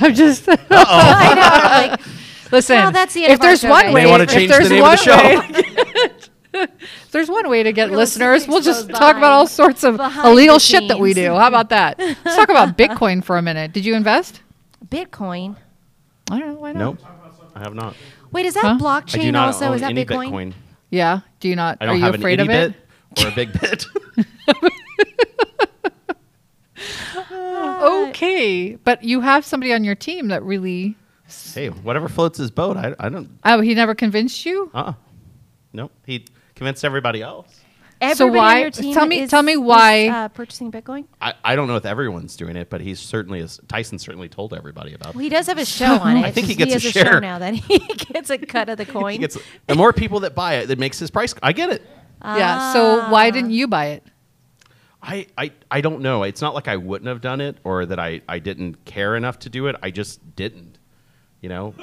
Speaker 2: I'm just
Speaker 3: I know. I'm like,
Speaker 2: Oh. listen.
Speaker 3: Well, that's the end
Speaker 2: if
Speaker 3: of our
Speaker 2: there's
Speaker 3: show,
Speaker 2: one
Speaker 3: guys. You
Speaker 2: way,
Speaker 3: may wanna
Speaker 2: if
Speaker 4: change
Speaker 2: there's
Speaker 4: the name
Speaker 2: one
Speaker 4: of the show.
Speaker 2: way, to get- if there's one way to get listeners. We'll just
Speaker 5: exposed
Speaker 2: talk about all sorts of
Speaker 3: behind
Speaker 2: illegal
Speaker 3: the
Speaker 2: shit that we
Speaker 3: scenes.
Speaker 2: do. How about that? Let's talk about Bitcoin for a minute. Did you invest?
Speaker 3: Bitcoin.
Speaker 2: I don't know. Why not?
Speaker 4: Nope, I have not.
Speaker 3: Wait, is that
Speaker 2: Huh?
Speaker 4: I do
Speaker 3: blockchain
Speaker 4: not
Speaker 3: also?
Speaker 4: own
Speaker 3: Is that
Speaker 4: any
Speaker 3: Bitcoin?
Speaker 2: Yeah. Do you not?
Speaker 4: I
Speaker 2: are
Speaker 4: don't
Speaker 2: you
Speaker 4: have
Speaker 2: afraid
Speaker 4: an
Speaker 2: of it?
Speaker 4: itty bit or a big bit.
Speaker 2: Okay, but you have somebody on your team that really.
Speaker 4: hey, whatever floats his boat. I, I don't.
Speaker 2: Oh, he never convinced you.
Speaker 4: Uh. uh Nope. He convinced everybody else.
Speaker 3: Everybody
Speaker 2: why-
Speaker 3: on your team
Speaker 2: tell me-
Speaker 3: is-
Speaker 2: tell me
Speaker 3: is,
Speaker 2: why-
Speaker 3: uh, purchasing Bitcoin.
Speaker 4: I, I don't know if everyone's doing it, but he's certainly is. Tyson certainly told everybody about
Speaker 3: Well,
Speaker 4: it.
Speaker 3: he does have a show on it.
Speaker 4: I think he
Speaker 3: He
Speaker 4: gets a
Speaker 3: has a show
Speaker 4: share.
Speaker 3: now that he gets a cut of the coin.
Speaker 4: He gets the more people that buy it, that makes his price. I get it.
Speaker 2: Yeah. So why didn't you buy it?
Speaker 4: I, I, I don't know. It's not like I wouldn't have done it or that I, I didn't care enough to do it. I just didn't. You know,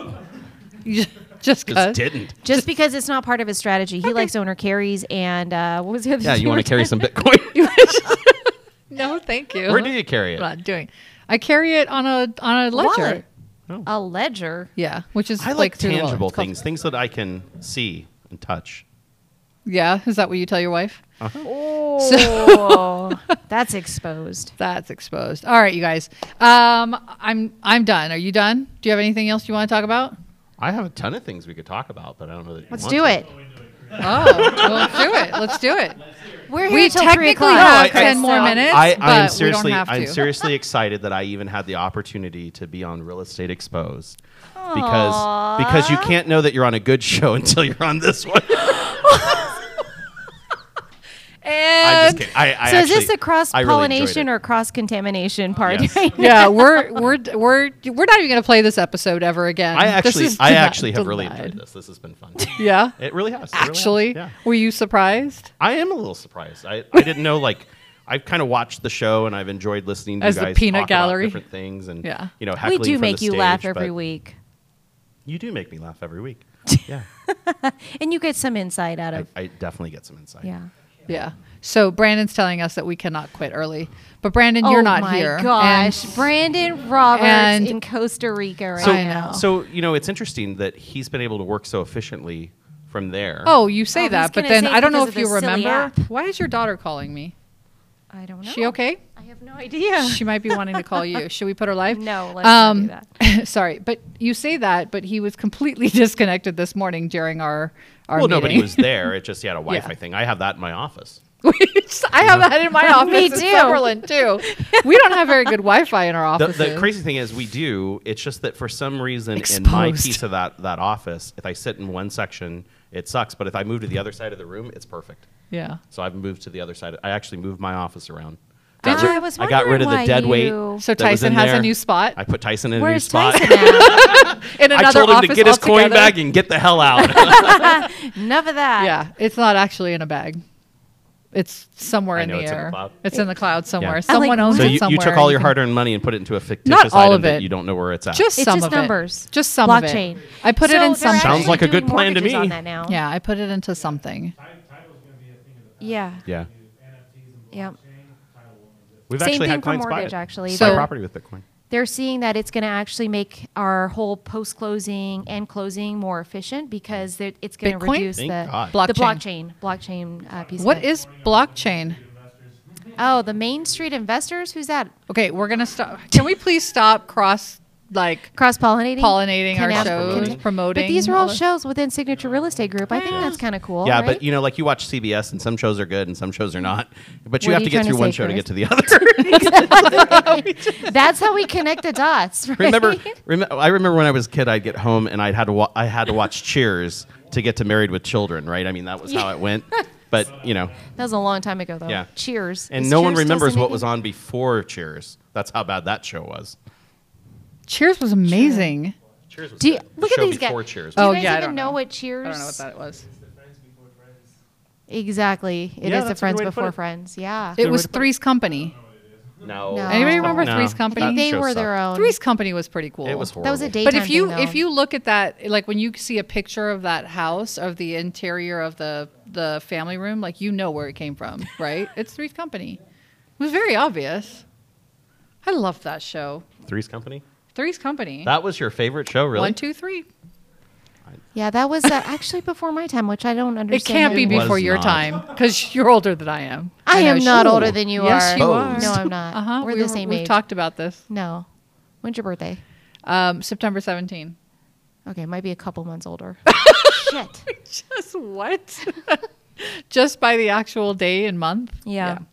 Speaker 2: You ju- just
Speaker 4: just
Speaker 2: because.
Speaker 4: didn't.
Speaker 3: Just because it's not part of his strategy. He likes owner carries and uh, what was the other
Speaker 4: Yeah,
Speaker 3: thing
Speaker 4: you
Speaker 3: we
Speaker 4: want
Speaker 3: were
Speaker 4: to carry some Bitcoin?
Speaker 2: No, thank you.
Speaker 4: Where do you carry
Speaker 2: I'm
Speaker 4: it?
Speaker 2: not doing. I carry it on a on a ledger.
Speaker 3: Wallet. A ledger.
Speaker 2: Yeah, which is
Speaker 4: I like
Speaker 2: through the wallet.
Speaker 4: tangible
Speaker 2: It's called-
Speaker 4: things, things that I can see and touch.
Speaker 2: Yeah, is that what you tell your wife?
Speaker 3: Oh, that's exposed.
Speaker 2: That's exposed. All right, you guys. Um, I'm I'm done. Are you done? Do you have anything else you want to talk about?
Speaker 4: I have a ton of things we could talk about, but I don't know that. you
Speaker 3: Let's
Speaker 4: want
Speaker 3: do
Speaker 4: to.
Speaker 3: it.
Speaker 2: Oh, well, let's do it. Let's do it.
Speaker 3: We're here
Speaker 2: We
Speaker 3: till three
Speaker 2: technically
Speaker 3: o'clock.
Speaker 2: have
Speaker 4: No, I- I-
Speaker 2: ten more
Speaker 3: so-
Speaker 2: minutes,
Speaker 4: I,
Speaker 2: but
Speaker 4: I am
Speaker 2: we
Speaker 4: seriously,
Speaker 2: don't have to.
Speaker 4: I'm seriously excited that I even had the opportunity to be on Real Estate Exposed because because you can't know that you're on a good show until you're on this one. I'm just
Speaker 2: and
Speaker 4: kidding. I, I
Speaker 3: so is
Speaker 4: actually-
Speaker 3: this a cross
Speaker 4: I really enjoyed
Speaker 3: pollination
Speaker 4: it.
Speaker 3: or cross contamination part?
Speaker 4: Yes.
Speaker 3: right now?
Speaker 2: yeah, we're we're we're we're not even gonna play this episode ever again.
Speaker 4: I
Speaker 2: This
Speaker 4: actually,
Speaker 2: is
Speaker 4: I
Speaker 2: denied-
Speaker 4: actually have really
Speaker 2: denied.
Speaker 4: enjoyed this. This has been fun.
Speaker 2: Yeah.
Speaker 4: It really has. It really has.
Speaker 2: Actually,
Speaker 4: yeah.
Speaker 2: were you surprised?
Speaker 4: I am a little surprised. I, I didn't know like I've kind of watched the show and I've enjoyed listening to
Speaker 2: As
Speaker 4: you
Speaker 2: the
Speaker 4: guys
Speaker 2: peanut
Speaker 4: talk about
Speaker 2: gallery.
Speaker 4: different things and
Speaker 2: Yeah.
Speaker 4: you know
Speaker 3: we
Speaker 4: heckling
Speaker 3: do
Speaker 4: from
Speaker 3: make
Speaker 4: the
Speaker 3: you laugh
Speaker 4: stage,
Speaker 3: every
Speaker 4: but
Speaker 3: week,
Speaker 4: You do make me laugh every week. Yeah,
Speaker 3: and you get some insight out
Speaker 4: I,
Speaker 3: of
Speaker 4: I definitely get some insight.
Speaker 3: yeah.
Speaker 2: Yeah. So Brandon's telling us that we cannot quit early, but Brandon, you're
Speaker 3: oh
Speaker 2: not
Speaker 3: my
Speaker 2: here.
Speaker 3: Gosh,
Speaker 2: And-
Speaker 3: Brandon Roberts
Speaker 2: and-
Speaker 3: in Costa Rica right
Speaker 4: So,
Speaker 2: I
Speaker 3: now.
Speaker 2: know.
Speaker 4: so you know, it's interesting that he's been able to work so efficiently from there.
Speaker 2: oh, you say
Speaker 3: Oh, he's
Speaker 2: that, but
Speaker 3: gonna
Speaker 2: then
Speaker 3: say
Speaker 2: I don't know
Speaker 3: because
Speaker 2: if
Speaker 3: of
Speaker 2: you
Speaker 3: the silly
Speaker 2: remember.
Speaker 3: app.
Speaker 2: Why is your daughter calling me?
Speaker 3: I don't know.
Speaker 2: She okay?
Speaker 3: I have no idea.
Speaker 2: She might be wanting to call you. Should we put her live?
Speaker 3: No, let's not do
Speaker 2: that. sorry, but you say that, but he was completely disconnected this morning during our our
Speaker 4: well,
Speaker 2: meeting.
Speaker 4: nobody was there. It just he had a Wi-Fi
Speaker 2: Yeah.
Speaker 4: thing. I have that in my office.
Speaker 2: Which I have that in my office.
Speaker 3: Me
Speaker 2: in
Speaker 3: too.
Speaker 2: Summerlin too. We don't have very good Wi-Fi in our
Speaker 4: The,
Speaker 2: offices.
Speaker 4: the crazy thing is, we do. It's just that for some reason, in my
Speaker 2: Exposed.
Speaker 4: piece of that that office, if I sit in one section, it sucks. But if I move to the other side of the room, it's perfect.
Speaker 2: yeah.
Speaker 4: So I've moved to the other side. I actually moved my office around.
Speaker 3: Did
Speaker 4: Got
Speaker 3: you?
Speaker 4: rid-
Speaker 3: I was
Speaker 4: I got rid of
Speaker 3: wondering
Speaker 4: the dead
Speaker 3: why
Speaker 4: weight.
Speaker 3: you-
Speaker 2: So
Speaker 4: that was
Speaker 2: Tyson
Speaker 4: in
Speaker 2: has a
Speaker 4: there.
Speaker 2: new spot?
Speaker 4: I put Tyson in a new
Speaker 3: Where's
Speaker 4: spot.
Speaker 3: Tyson at?
Speaker 2: In another
Speaker 4: I told him to
Speaker 2: office
Speaker 4: get his coin
Speaker 2: altogether.
Speaker 4: back and get the hell out.
Speaker 3: Enough of that.
Speaker 2: Yeah, it's not actually in a bag. It's somewhere
Speaker 4: I
Speaker 2: in
Speaker 4: know
Speaker 2: the
Speaker 4: it's in the
Speaker 2: air.
Speaker 4: cloud.
Speaker 2: it's in the cloud somewhere.
Speaker 4: I'm like,
Speaker 2: Someone owns
Speaker 4: so
Speaker 2: it
Speaker 4: you,
Speaker 2: somewhere.
Speaker 4: you took all your
Speaker 2: can-
Speaker 4: hard-earned money and put it into a fictitious
Speaker 2: Not all
Speaker 4: item
Speaker 2: of it.
Speaker 4: that you don't know where it's at.
Speaker 2: Just
Speaker 3: It's
Speaker 2: some
Speaker 3: just
Speaker 2: of
Speaker 3: numbers.
Speaker 2: it. Just some of it.
Speaker 3: Blockchain.
Speaker 2: I put it in
Speaker 3: So they're
Speaker 2: something.
Speaker 4: Sounds
Speaker 3: actually
Speaker 4: like a
Speaker 3: doing
Speaker 4: good plan to
Speaker 3: mortgages
Speaker 4: me.
Speaker 3: On that now.
Speaker 2: Yeah, I put it into something.
Speaker 3: Yeah.
Speaker 4: yeah,
Speaker 3: Yeah.
Speaker 4: we've
Speaker 3: Same
Speaker 4: actually
Speaker 3: thing
Speaker 4: had
Speaker 3: for
Speaker 4: clients buy
Speaker 3: mortgage,
Speaker 4: it.
Speaker 3: actually.
Speaker 2: So-
Speaker 4: buy
Speaker 3: They're-
Speaker 4: property with Bitcoin.
Speaker 3: They're seeing that it's going to actually make our whole post closing and closing more efficient because they're- it's going to
Speaker 2: Bitcoin?
Speaker 3: reduce
Speaker 4: Thank
Speaker 3: the,
Speaker 4: God.
Speaker 3: the
Speaker 2: Blockchain.
Speaker 3: blockchain blockchain uh, piece.
Speaker 2: What
Speaker 3: of it.
Speaker 2: is blockchain?
Speaker 3: Oh, the Main Street investors. Who's that?
Speaker 2: Okay, we're gonna stop. Can we please stop cross like
Speaker 3: Cross pollinating,
Speaker 2: pollinating our shows,
Speaker 4: Connect-
Speaker 2: promoting?
Speaker 3: But these are all,
Speaker 2: this?
Speaker 3: shows within Signature Real Estate Group. I think that's kind of cool.
Speaker 4: yeah,
Speaker 3: right?
Speaker 4: but you know, like you watch CBS, and some shows are good, and some shows are not. But
Speaker 3: What
Speaker 4: you
Speaker 3: are
Speaker 4: have
Speaker 3: you
Speaker 4: to get
Speaker 3: trying to
Speaker 4: through one
Speaker 3: say,
Speaker 4: show to
Speaker 3: Chris?
Speaker 4: get to the other.
Speaker 3: that's how we connect the dots. Right?
Speaker 4: remember, rem- I remember when I was a kid, I'd get home and I'd had to wa- I had to watch Cheers to get to Married with Children. Right? I mean, that was how it went. But you know,
Speaker 3: That was a long time ago, though.
Speaker 4: Yeah.
Speaker 3: Cheers.
Speaker 4: and
Speaker 3: Is
Speaker 4: no one
Speaker 3: Cheers still
Speaker 4: remembers
Speaker 3: syndicated?
Speaker 4: what was on before Cheers. That's how bad that show was.
Speaker 2: Cheers was amazing.
Speaker 4: Cheers was
Speaker 3: Do you-
Speaker 4: good. The
Speaker 3: look at
Speaker 4: show
Speaker 3: these guys.
Speaker 4: before Cheers.
Speaker 3: Do you
Speaker 2: Oh,
Speaker 3: guys
Speaker 2: yeah, I
Speaker 3: even
Speaker 2: don't
Speaker 3: know.
Speaker 2: know.
Speaker 3: what Cheers?
Speaker 2: I don't know what that was.
Speaker 3: Exactly. It is
Speaker 4: Yeah,
Speaker 3: the
Speaker 4: that's a good
Speaker 3: Friends
Speaker 4: way to put
Speaker 3: Before
Speaker 4: it.
Speaker 3: Friends. Yeah.
Speaker 2: It was Three's Company.
Speaker 4: no.
Speaker 3: No.
Speaker 2: Anybody remember
Speaker 4: No.
Speaker 2: Three's
Speaker 3: I think
Speaker 2: Company?
Speaker 3: Oh. they
Speaker 4: Show
Speaker 3: were their own.
Speaker 2: Three's Company was pretty cool.
Speaker 4: It was horrible.
Speaker 3: That was a
Speaker 2: But
Speaker 3: daytime
Speaker 2: if you
Speaker 3: thing,
Speaker 2: if
Speaker 3: though.
Speaker 2: you look at that, like when you see a picture of that house of the interior of the the family room, like you know where it came from, right? it's Three's Company. It was very obvious. I loved that show,
Speaker 4: Three's Company.
Speaker 2: Three's Company.
Speaker 4: That was your favorite show, really?
Speaker 2: One, two, three.
Speaker 3: yeah, that was uh, actually before my time, which I don't
Speaker 2: It
Speaker 3: understand.
Speaker 2: can't be
Speaker 4: It
Speaker 3: anymore.
Speaker 4: was
Speaker 2: before your
Speaker 4: not.
Speaker 2: time because you're older than I am.
Speaker 3: I
Speaker 2: know
Speaker 3: am
Speaker 2: she-
Speaker 3: not
Speaker 4: Ooh.
Speaker 3: older than you
Speaker 2: yes,
Speaker 3: are.
Speaker 2: you are.
Speaker 4: Exposed.
Speaker 3: No, I'm not.
Speaker 2: Uh-huh.
Speaker 3: We're
Speaker 2: we
Speaker 3: the same
Speaker 2: We've
Speaker 3: age.
Speaker 2: talked about this.
Speaker 3: no. When's your birthday?
Speaker 2: Um, September 17.
Speaker 3: Okay, might be a couple months older. Shit.
Speaker 2: Just what? Just by the actual day and month.
Speaker 3: Yeah.
Speaker 2: Yeah.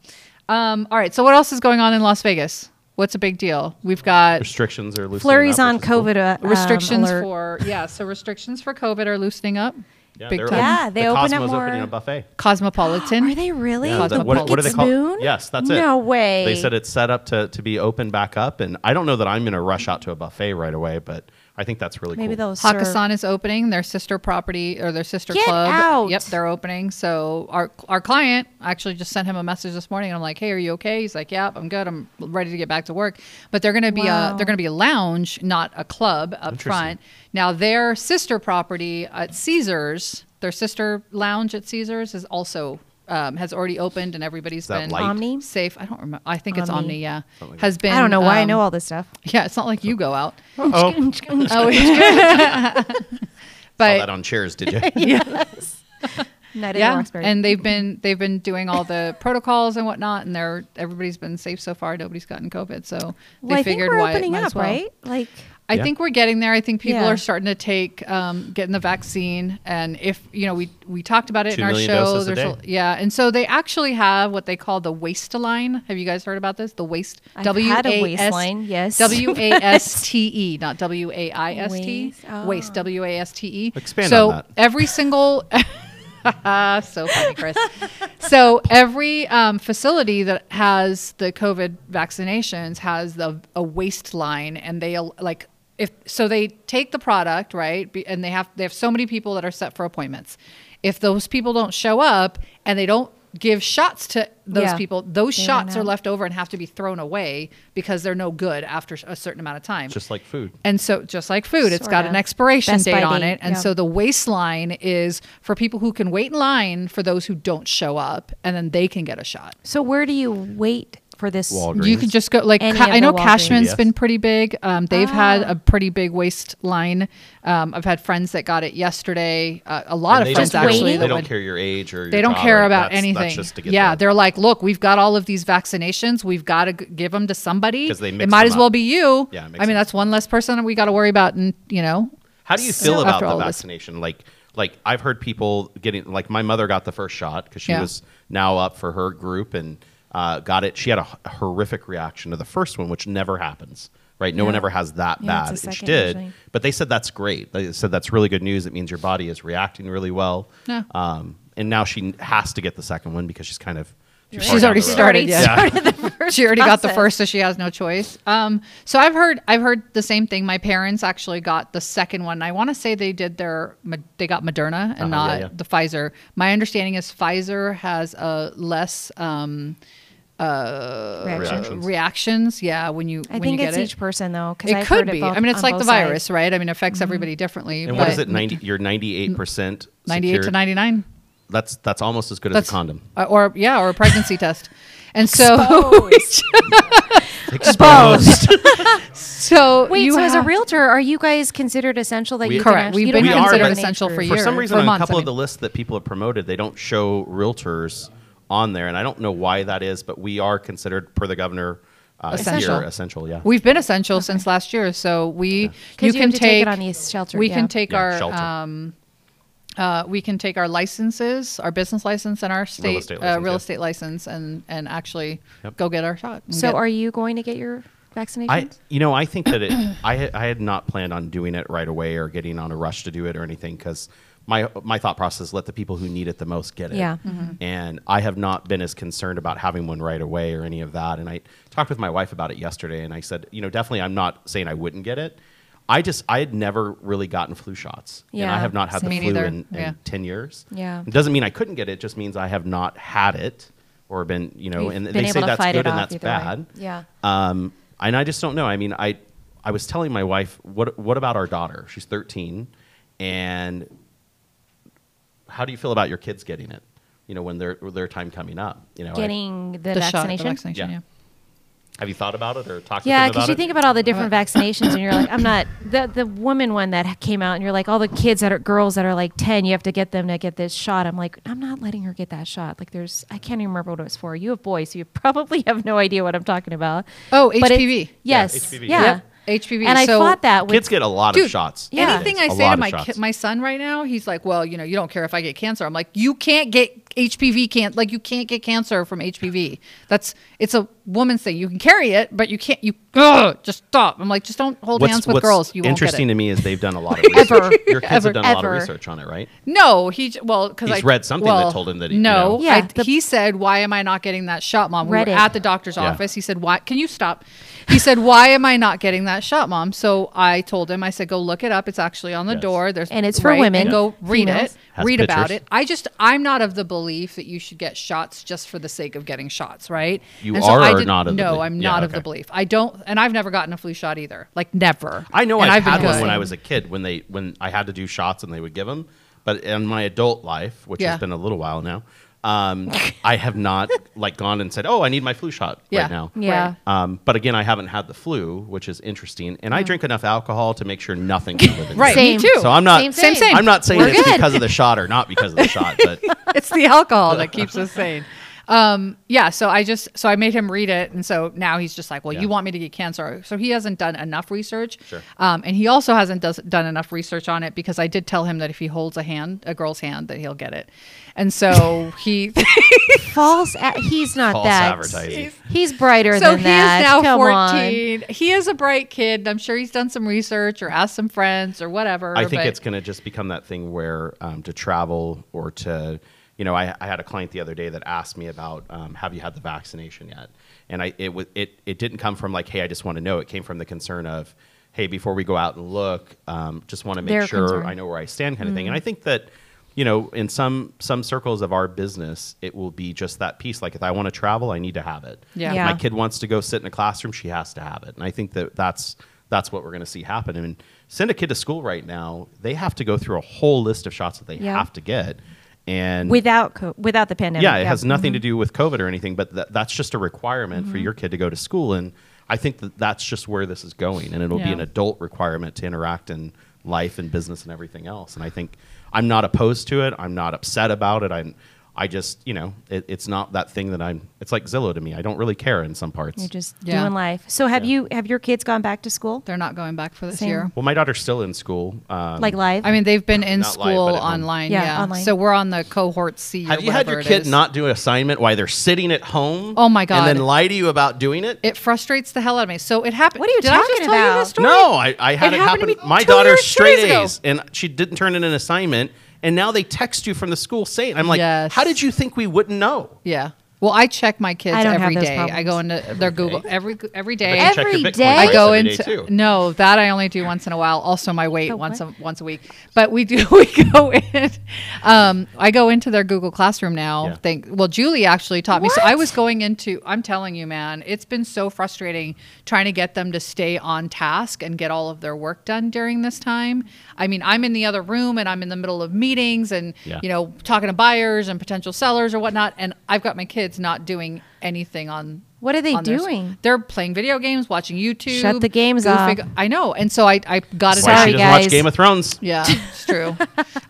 Speaker 2: Um, all right. So what else is going on in Las Vegas? What's a big deal? We've got
Speaker 4: Restrictions are loosening
Speaker 3: Flurries
Speaker 4: up,
Speaker 3: on
Speaker 4: which is cool.
Speaker 3: COVID uh, um,
Speaker 2: restrictions
Speaker 3: alert.
Speaker 2: for yeah. So restrictions for COVID are loosening up.
Speaker 4: Yeah,
Speaker 2: big
Speaker 4: they're
Speaker 2: time.
Speaker 4: open-
Speaker 3: Yeah, they
Speaker 4: the
Speaker 3: open up
Speaker 4: Cosmo's
Speaker 3: more-
Speaker 4: opening a buffet.
Speaker 2: Cosmopolitan.
Speaker 3: Are they really?
Speaker 4: Yeah,
Speaker 3: the
Speaker 4: that- what, what do they
Speaker 3: Wicked
Speaker 4: call?
Speaker 3: spoon?
Speaker 4: Yes, that's it.
Speaker 3: No way.
Speaker 4: They said it's set up to, to be open back up, and I don't know that I'm going to rush out to a buffet right away, but I think that's really
Speaker 3: Maybe
Speaker 4: cool.
Speaker 3: they'll serve-
Speaker 2: Hakkasan is opening their sister property or their sister
Speaker 3: Get
Speaker 2: club.
Speaker 3: out.
Speaker 2: Yep, they're opening. So our our client I actually just sent him a message this morning. I'm like, hey, are you okay? He's like, yep, I'm good. I'm ready to get back to work. But they're gonna be
Speaker 3: Wow.
Speaker 2: a they're gonna be a lounge, not a club up
Speaker 4: Interesting.
Speaker 2: front. Now their sister property at Caesars, their sister lounge at Caesars is also. Um, has already opened and everybody's
Speaker 4: that
Speaker 2: been
Speaker 4: light?
Speaker 3: Omni?
Speaker 2: safe. I don't remember. I think it's
Speaker 3: Omni.
Speaker 2: Omni. Yeah,
Speaker 4: Something like
Speaker 2: has been.
Speaker 3: I don't know why I
Speaker 2: um,
Speaker 3: know all this stuff.
Speaker 2: Yeah, it's not like you go out.
Speaker 4: oh,
Speaker 2: Oh,
Speaker 4: saw
Speaker 2: but
Speaker 4: that on Cheers, did you?
Speaker 2: yes.
Speaker 3: No, I didn't
Speaker 2: yeah,
Speaker 3: want Sperry.
Speaker 2: and they've been they've been doing all the protocols and whatnot, and they're everybody's been safe so far. Nobody's gotten COVID, so they
Speaker 3: Well, I think
Speaker 2: figured
Speaker 3: we're
Speaker 2: why it
Speaker 3: opening
Speaker 2: might
Speaker 3: up,
Speaker 2: as well.
Speaker 3: right? Like,
Speaker 2: I
Speaker 4: Yeah.
Speaker 2: think we're getting there. I think people
Speaker 3: Yeah.
Speaker 2: are starting to take um, getting the vaccine, and if you know, we we talked about it
Speaker 4: Two
Speaker 2: in our
Speaker 4: million
Speaker 2: show.
Speaker 4: doses a day.
Speaker 2: yeah, and so they actually have what they call the waist line. Have you guys heard about this? The waist.
Speaker 3: I've
Speaker 2: W
Speaker 3: had a
Speaker 2: A
Speaker 3: waist
Speaker 2: S- E,
Speaker 3: line, yes.
Speaker 2: W A S T E, not W A I S T. E.
Speaker 3: Waist, oh.
Speaker 2: Waist. W A S T E.
Speaker 4: Expand
Speaker 2: so
Speaker 4: on that.
Speaker 2: every single. so funny, Chris. so every um, facility that has the COVID vaccinations has the a waistline, and they al- like if so they take the product right, be- and they have they have so many people that are set for appointments. If those people don't show up and they don't give shots to those
Speaker 3: Yeah.
Speaker 2: people, those
Speaker 3: They run
Speaker 2: shots are
Speaker 3: out.
Speaker 2: left over and have to be thrown away because they're no good after a certain amount of time.
Speaker 4: Just like food.
Speaker 2: And so, just like food, it's got
Speaker 3: Sorta.
Speaker 2: an expiration
Speaker 3: Best
Speaker 2: date
Speaker 3: by
Speaker 2: on
Speaker 3: date,
Speaker 2: it. And
Speaker 3: yeah.
Speaker 2: so, the waistline is for people who can wait in line for those who don't show up, and then they can get a shot.
Speaker 3: so where do you wait for this?
Speaker 4: Walgreens.
Speaker 2: You can just go like
Speaker 3: Any
Speaker 2: Ca-
Speaker 3: of
Speaker 2: I
Speaker 3: the
Speaker 2: know
Speaker 3: Walgreens. Ah.
Speaker 2: Cashman's
Speaker 4: CVS.
Speaker 2: been pretty big. Um, they've had a pretty big waistline. Um, I've had friends that got it yesterday. Uh, a lot
Speaker 4: And
Speaker 2: of
Speaker 4: they
Speaker 2: friends
Speaker 4: don't
Speaker 3: care-
Speaker 4: care,
Speaker 2: actually.
Speaker 3: waiting?
Speaker 4: They
Speaker 2: that
Speaker 4: don't
Speaker 2: went-
Speaker 4: care your age or your
Speaker 2: they don't
Speaker 4: job,
Speaker 2: care
Speaker 4: right?
Speaker 2: about
Speaker 4: That's-
Speaker 2: anything.
Speaker 4: That's just to get
Speaker 2: yeah,
Speaker 4: the-
Speaker 2: they're like, look, we've got all of these vaccinations. We've got to g- give them to somebody.
Speaker 4: 'Cause they
Speaker 2: it
Speaker 4: mix
Speaker 2: might
Speaker 4: them
Speaker 2: as well
Speaker 4: up.
Speaker 2: be you.
Speaker 4: Yeah, it
Speaker 2: I
Speaker 4: makes
Speaker 2: mean,
Speaker 4: sense.
Speaker 2: that's one less person that we got to worry about, and you know,
Speaker 4: How do you feel about
Speaker 2: after
Speaker 4: the
Speaker 2: all this.
Speaker 4: vaccination? Like, like I've heard people getting like my mother got the first shot because she
Speaker 2: Yeah.
Speaker 4: was now up for her group and uh, got it. She had a h- horrific reaction to the first one, which never happens, right? No one
Speaker 3: Yeah.
Speaker 4: ever has that
Speaker 3: Yeah, it's
Speaker 4: bad.
Speaker 3: the
Speaker 4: And she
Speaker 3: second
Speaker 4: did,
Speaker 3: usually.
Speaker 4: but they said that's great. They said that's really good news. It means your body is reacting really well.
Speaker 2: Yeah.
Speaker 4: Um, and now she n- has to get the second one because she's kind of too far
Speaker 2: She's
Speaker 4: down
Speaker 2: already
Speaker 4: the road.
Speaker 2: started. Yeah.
Speaker 3: started the first
Speaker 2: she already got the
Speaker 3: process.
Speaker 2: first, so she has no choice. Um, so I've heard I've heard the same thing. My parents actually got the second one. I want to say they did their Ma- they got Moderna and
Speaker 4: Uh-huh,
Speaker 2: not
Speaker 4: yeah, yeah.
Speaker 2: the Pfizer. My understanding is Pfizer has a less um,
Speaker 3: Reaction.
Speaker 4: Reactions.
Speaker 2: reactions. Yeah, when you
Speaker 3: I
Speaker 2: when
Speaker 3: think
Speaker 2: you
Speaker 3: it's
Speaker 2: get
Speaker 3: each
Speaker 2: it.
Speaker 3: person though. 'cause
Speaker 2: It
Speaker 3: I've
Speaker 2: could
Speaker 3: heard
Speaker 2: be.
Speaker 3: both-
Speaker 2: I mean, it's
Speaker 3: on
Speaker 2: like the
Speaker 3: both sides. Mm-hmm.
Speaker 2: virus, right? I mean, it affects everybody differently.
Speaker 4: And what
Speaker 2: but
Speaker 4: is it? Ninety. You're ninety-eight percent.
Speaker 2: 98 to 99.
Speaker 4: That's that's almost as good
Speaker 2: That's
Speaker 4: as a condom.
Speaker 2: Uh, or yeah, or a pregnancy test. And so
Speaker 4: Exposed.
Speaker 2: so
Speaker 3: Wait,
Speaker 2: you
Speaker 3: so as a
Speaker 2: have-
Speaker 3: realtor, are you guys considered essential that
Speaker 4: We-
Speaker 3: you
Speaker 4: Correct.
Speaker 3: Can act-
Speaker 2: We've
Speaker 3: you don't
Speaker 2: been
Speaker 3: have to
Speaker 4: considered
Speaker 3: donate
Speaker 2: essential for
Speaker 3: proof.
Speaker 4: for
Speaker 2: years.
Speaker 4: some reason
Speaker 2: for
Speaker 4: on
Speaker 2: months,
Speaker 4: a couple
Speaker 2: I
Speaker 4: of the lists that people have promoted they don't show realtors on there and i don't know why that is but we are considered per the governor uh,
Speaker 2: Essential.
Speaker 4: here, essential yeah
Speaker 2: We've been essential since last year, so we you,
Speaker 3: 'Cause you
Speaker 2: can
Speaker 3: have to take it on the shelter,
Speaker 2: We
Speaker 3: yeah.
Speaker 2: can take
Speaker 4: Yeah,
Speaker 2: our
Speaker 4: shelter.
Speaker 2: um, uh, we can take our licenses, our business license, and our state
Speaker 4: estate
Speaker 2: uh,
Speaker 4: license,
Speaker 2: real
Speaker 4: yeah.
Speaker 2: estate license, and and actually
Speaker 4: Yep.
Speaker 2: go get our shot. and
Speaker 3: So
Speaker 2: get-
Speaker 3: are you going to get your vaccinations?
Speaker 4: I, you know, I think that it. I had- I had not planned on doing it right away or getting on a rush to do it or anything because my my thought process let the people who need it the most get it.
Speaker 3: Yeah.
Speaker 4: And I have not been as concerned about having one right away or any of that. And I talked with my wife about it yesterday, and I said, you know, definitely, I'm not saying I wouldn't get it. I just I had never really gotten flu shots, and I
Speaker 3: Yeah.
Speaker 4: have not had
Speaker 2: Me
Speaker 4: the flu
Speaker 2: neither.
Speaker 4: in, in
Speaker 2: Yeah.
Speaker 4: ten years.
Speaker 3: Yeah.
Speaker 4: It doesn't mean I couldn't get it; it just means I have not had it or been, you know.
Speaker 3: You've
Speaker 4: and
Speaker 3: been
Speaker 4: they
Speaker 3: able
Speaker 4: say
Speaker 3: to
Speaker 4: that's
Speaker 3: fight
Speaker 4: good
Speaker 3: it
Speaker 4: and
Speaker 3: off
Speaker 4: that's
Speaker 3: either way.
Speaker 4: bad.
Speaker 3: Yeah.
Speaker 4: Um, and I just don't know. I mean, I I was telling my wife, what what about our daughter? She's 13, and how do you feel about your kids getting it? You know, when their their time coming up. You know, I-
Speaker 3: Getting the,
Speaker 2: the shot, the
Speaker 3: vaccination.
Speaker 2: vaccination,
Speaker 4: Yeah.
Speaker 2: yeah.
Speaker 4: have you thought about it or talked?
Speaker 3: Yeah,
Speaker 4: to them about
Speaker 3: because you
Speaker 4: it?
Speaker 3: think about all the different vaccinations, and you're like, I'm not the the woman one that came out, and you're like, all the kids that are girls that are like ten, you have to get them to get this shot. I'm like, I'm not letting her get that shot. Like, there's I can't even remember what it was for. You have boys, so you probably have no idea what I'm talking about.
Speaker 2: Oh,
Speaker 3: But it-
Speaker 2: HPV.
Speaker 4: Yeah,
Speaker 3: yes, yeah,
Speaker 4: HPV. Yep,
Speaker 2: HPV.
Speaker 3: And I
Speaker 2: So-
Speaker 3: fought that with
Speaker 4: kids get a lot of
Speaker 2: Dude,
Speaker 4: shots.
Speaker 3: Yeah.
Speaker 2: Anything I
Speaker 4: nowadays. A
Speaker 2: say
Speaker 4: lot
Speaker 2: to
Speaker 4: of
Speaker 2: my
Speaker 4: shots.
Speaker 2: ki- my son right now, he's like, "Well, you know, you don't care if I get cancer." I'm like, "You can't get HPV can't like you can't get cancer from HPV. That's it's a woman's thing. You can carry it, but you can't. You ugh, just stop." I'm like, "Just don't hold
Speaker 4: What's-
Speaker 2: hands with
Speaker 4: what's
Speaker 2: girls. You won't get
Speaker 4: interesting
Speaker 2: it."
Speaker 4: to me is they've done a lot of research.
Speaker 3: Ever.
Speaker 4: Your kids
Speaker 3: Ever.
Speaker 4: have done a lot of
Speaker 3: Ever.
Speaker 4: research on it, right?
Speaker 2: No, he j- well because
Speaker 4: He's read something that told him that he- you
Speaker 2: no.
Speaker 4: know.
Speaker 2: I-
Speaker 3: Yeah, the-
Speaker 2: he said, "Why am I not getting that shot, mom?" We
Speaker 3: Read
Speaker 2: were
Speaker 3: it.
Speaker 2: at the doctor's
Speaker 4: Yeah.
Speaker 2: office. He said, "Why can you stop?" He said, "Why am I not getting that shot, mom?" So I told him, I said, "Go look it up. It's actually on the
Speaker 4: Yes.
Speaker 2: door. There's
Speaker 3: And it's for
Speaker 2: right,
Speaker 3: women,
Speaker 2: And go
Speaker 3: Yeah.
Speaker 2: read
Speaker 3: females.
Speaker 2: it,
Speaker 4: Has
Speaker 2: read about
Speaker 4: pictures.
Speaker 2: it." I just I'm not of the belief that you should get shots just for the sake of getting shots, right?
Speaker 4: You are
Speaker 2: I
Speaker 4: or
Speaker 2: did-
Speaker 4: not of the
Speaker 2: No,
Speaker 4: belief?
Speaker 2: I'm
Speaker 4: Yeah,
Speaker 2: not of the
Speaker 4: okay.
Speaker 2: belief. I don't, and I've never gotten a flu shot either. Like never.
Speaker 4: I know
Speaker 2: and
Speaker 4: I
Speaker 2: I've been
Speaker 4: had one
Speaker 2: good.
Speaker 4: when I was a kid when they when I had to do shots and they would give them. But in my adult life, which
Speaker 2: Yeah.
Speaker 4: has been a little while now, Um, I have not like gone and said, "Oh, I need my flu shot
Speaker 2: Yeah.
Speaker 4: right now."
Speaker 3: Yeah.
Speaker 2: Right.
Speaker 4: Um, but again, I haven't had the flu, which is interesting, and I drink enough alcohol to make sure nothing. can live in
Speaker 2: Right.
Speaker 4: me.
Speaker 2: Me
Speaker 3: Same.
Speaker 2: too.
Speaker 4: So I'm not.
Speaker 3: Same, same.
Speaker 2: Same, same.
Speaker 4: I'm not saying
Speaker 2: We're
Speaker 4: it's
Speaker 2: good.
Speaker 4: because of the shot or not because of the shot, but
Speaker 2: it's the alcohol that keeps us sane. Um, yeah, so I just so I made him read it, and so now he's just like, "Well,
Speaker 4: Yeah.
Speaker 2: you want me to get cancer?" So he hasn't done enough research,
Speaker 4: Sure.
Speaker 2: um, and he also hasn't does, done enough research on it because I did tell him that if he holds a hand, a girl's hand, that he'll get it, and so he
Speaker 3: False. A- he's not
Speaker 4: false
Speaker 3: that.
Speaker 4: advertising.
Speaker 3: He's brighter
Speaker 2: so
Speaker 3: than
Speaker 2: he is
Speaker 3: that.
Speaker 2: now
Speaker 3: Come on.
Speaker 2: 14. He is a bright kid. and I'm sure he's done some research or asked some friends or whatever.
Speaker 4: I think
Speaker 2: but-
Speaker 4: it's going to just become that thing where um, to travel or to, you know, I, I had a client the other day that asked me about, um, have you had the vaccination yet? And I, it was, it, it didn't come from like, hey, I just want to know. It came from the concern of, hey, before we go out and look, um, just want to make
Speaker 3: Their
Speaker 4: sure
Speaker 3: concern. Mm-hmm.
Speaker 4: I know where I stand, kind of thing. And I think that, you know, in some some circles of our business, it will be just that piece. Like if I want to travel, I need to have it.
Speaker 2: Yeah.
Speaker 4: If
Speaker 3: Yeah.
Speaker 4: My kid wants to go sit in a classroom, she has to have it. And I think that that's that's what we're going to see happen. I mean, send a kid to school right now, they have to go through a whole list of shots that they
Speaker 3: Yeah.
Speaker 4: have to get. And
Speaker 3: Without co- without the pandemic.
Speaker 4: yeah, it has
Speaker 2: Mm-hmm.
Speaker 4: nothing to do with COVID or anything, but th- that's just a requirement for your kid to go to school. And I think that that's just where this is going. And it'll be
Speaker 2: Yeah.
Speaker 4: an adult requirement to interact in life and business and everything else. And I think I'm not opposed to it. I'm not upset about it. I'm, I just, you know, it, it's not that thing that I'm, it's like Zillow to me. I don't really care in some parts.
Speaker 3: You're just
Speaker 2: Yeah.
Speaker 3: doing life. So have you have your kids gone back to school?
Speaker 2: they're not going back for this
Speaker 3: Same.
Speaker 2: year.
Speaker 4: well, my daughter's still in school. Um,
Speaker 3: like live?
Speaker 2: I mean, they've been in
Speaker 4: Not live,
Speaker 2: school
Speaker 4: but at home.
Speaker 2: online.
Speaker 3: Yeah,
Speaker 2: Yeah,
Speaker 3: online.
Speaker 2: So we're on the cohort C. or
Speaker 4: have you had
Speaker 2: whatever
Speaker 4: your
Speaker 2: it
Speaker 4: kid
Speaker 2: is.
Speaker 4: not do an assignment while they're sitting at home?
Speaker 2: Oh, my
Speaker 4: And then
Speaker 2: God.
Speaker 4: lie to you about doing it?
Speaker 2: It frustrates the hell out of me. So it happened.
Speaker 3: What are you
Speaker 2: Did I just
Speaker 3: talking
Speaker 2: tell you
Speaker 3: about?
Speaker 2: this story?
Speaker 4: No, I, I had
Speaker 2: It
Speaker 4: it,
Speaker 2: happened to
Speaker 4: happen.
Speaker 2: me
Speaker 4: My
Speaker 2: two or
Speaker 4: daughter's
Speaker 2: three
Speaker 4: straight
Speaker 2: days ago.
Speaker 4: A's, and she didn't turn in an assignment, and now they text you from the school saying, "I'm like,
Speaker 2: Yes.
Speaker 4: how did you think we wouldn't know?'t
Speaker 2: Yeah. Well, I check my kids
Speaker 3: I don't have
Speaker 2: every
Speaker 3: those
Speaker 2: day. I
Speaker 3: problems.
Speaker 2: go into their Google every every day.
Speaker 3: can check Every day?
Speaker 2: I go
Speaker 4: every day,
Speaker 2: into
Speaker 4: too.
Speaker 2: no that I only do once in a while. Also, my weight
Speaker 3: Oh,
Speaker 2: once
Speaker 3: what?
Speaker 2: a, once a week. But we do we go in. Um, I go into their Google Classroom now.
Speaker 4: Yeah.
Speaker 2: Think well, Julie actually taught me. So I was going into. I'm telling you, man, it's been so frustrating trying to get them to stay on task and get all of their work done during this time. I mean, I'm in the other room and I'm in the middle of meetings and
Speaker 4: Yeah.
Speaker 2: you know talking to buyers and potential sellers or whatnot, and I've got my kids not doing anything on.
Speaker 3: What are they
Speaker 2: on their-
Speaker 3: doing?
Speaker 2: they're playing video games, watching YouTube.
Speaker 3: Shut the games
Speaker 2: goofing-
Speaker 3: off.
Speaker 2: I know, and so I, I got it.
Speaker 4: Why
Speaker 3: Sorry,
Speaker 4: she doesn't
Speaker 3: guys.
Speaker 4: watch Game of Thrones.
Speaker 2: Yeah, it's true.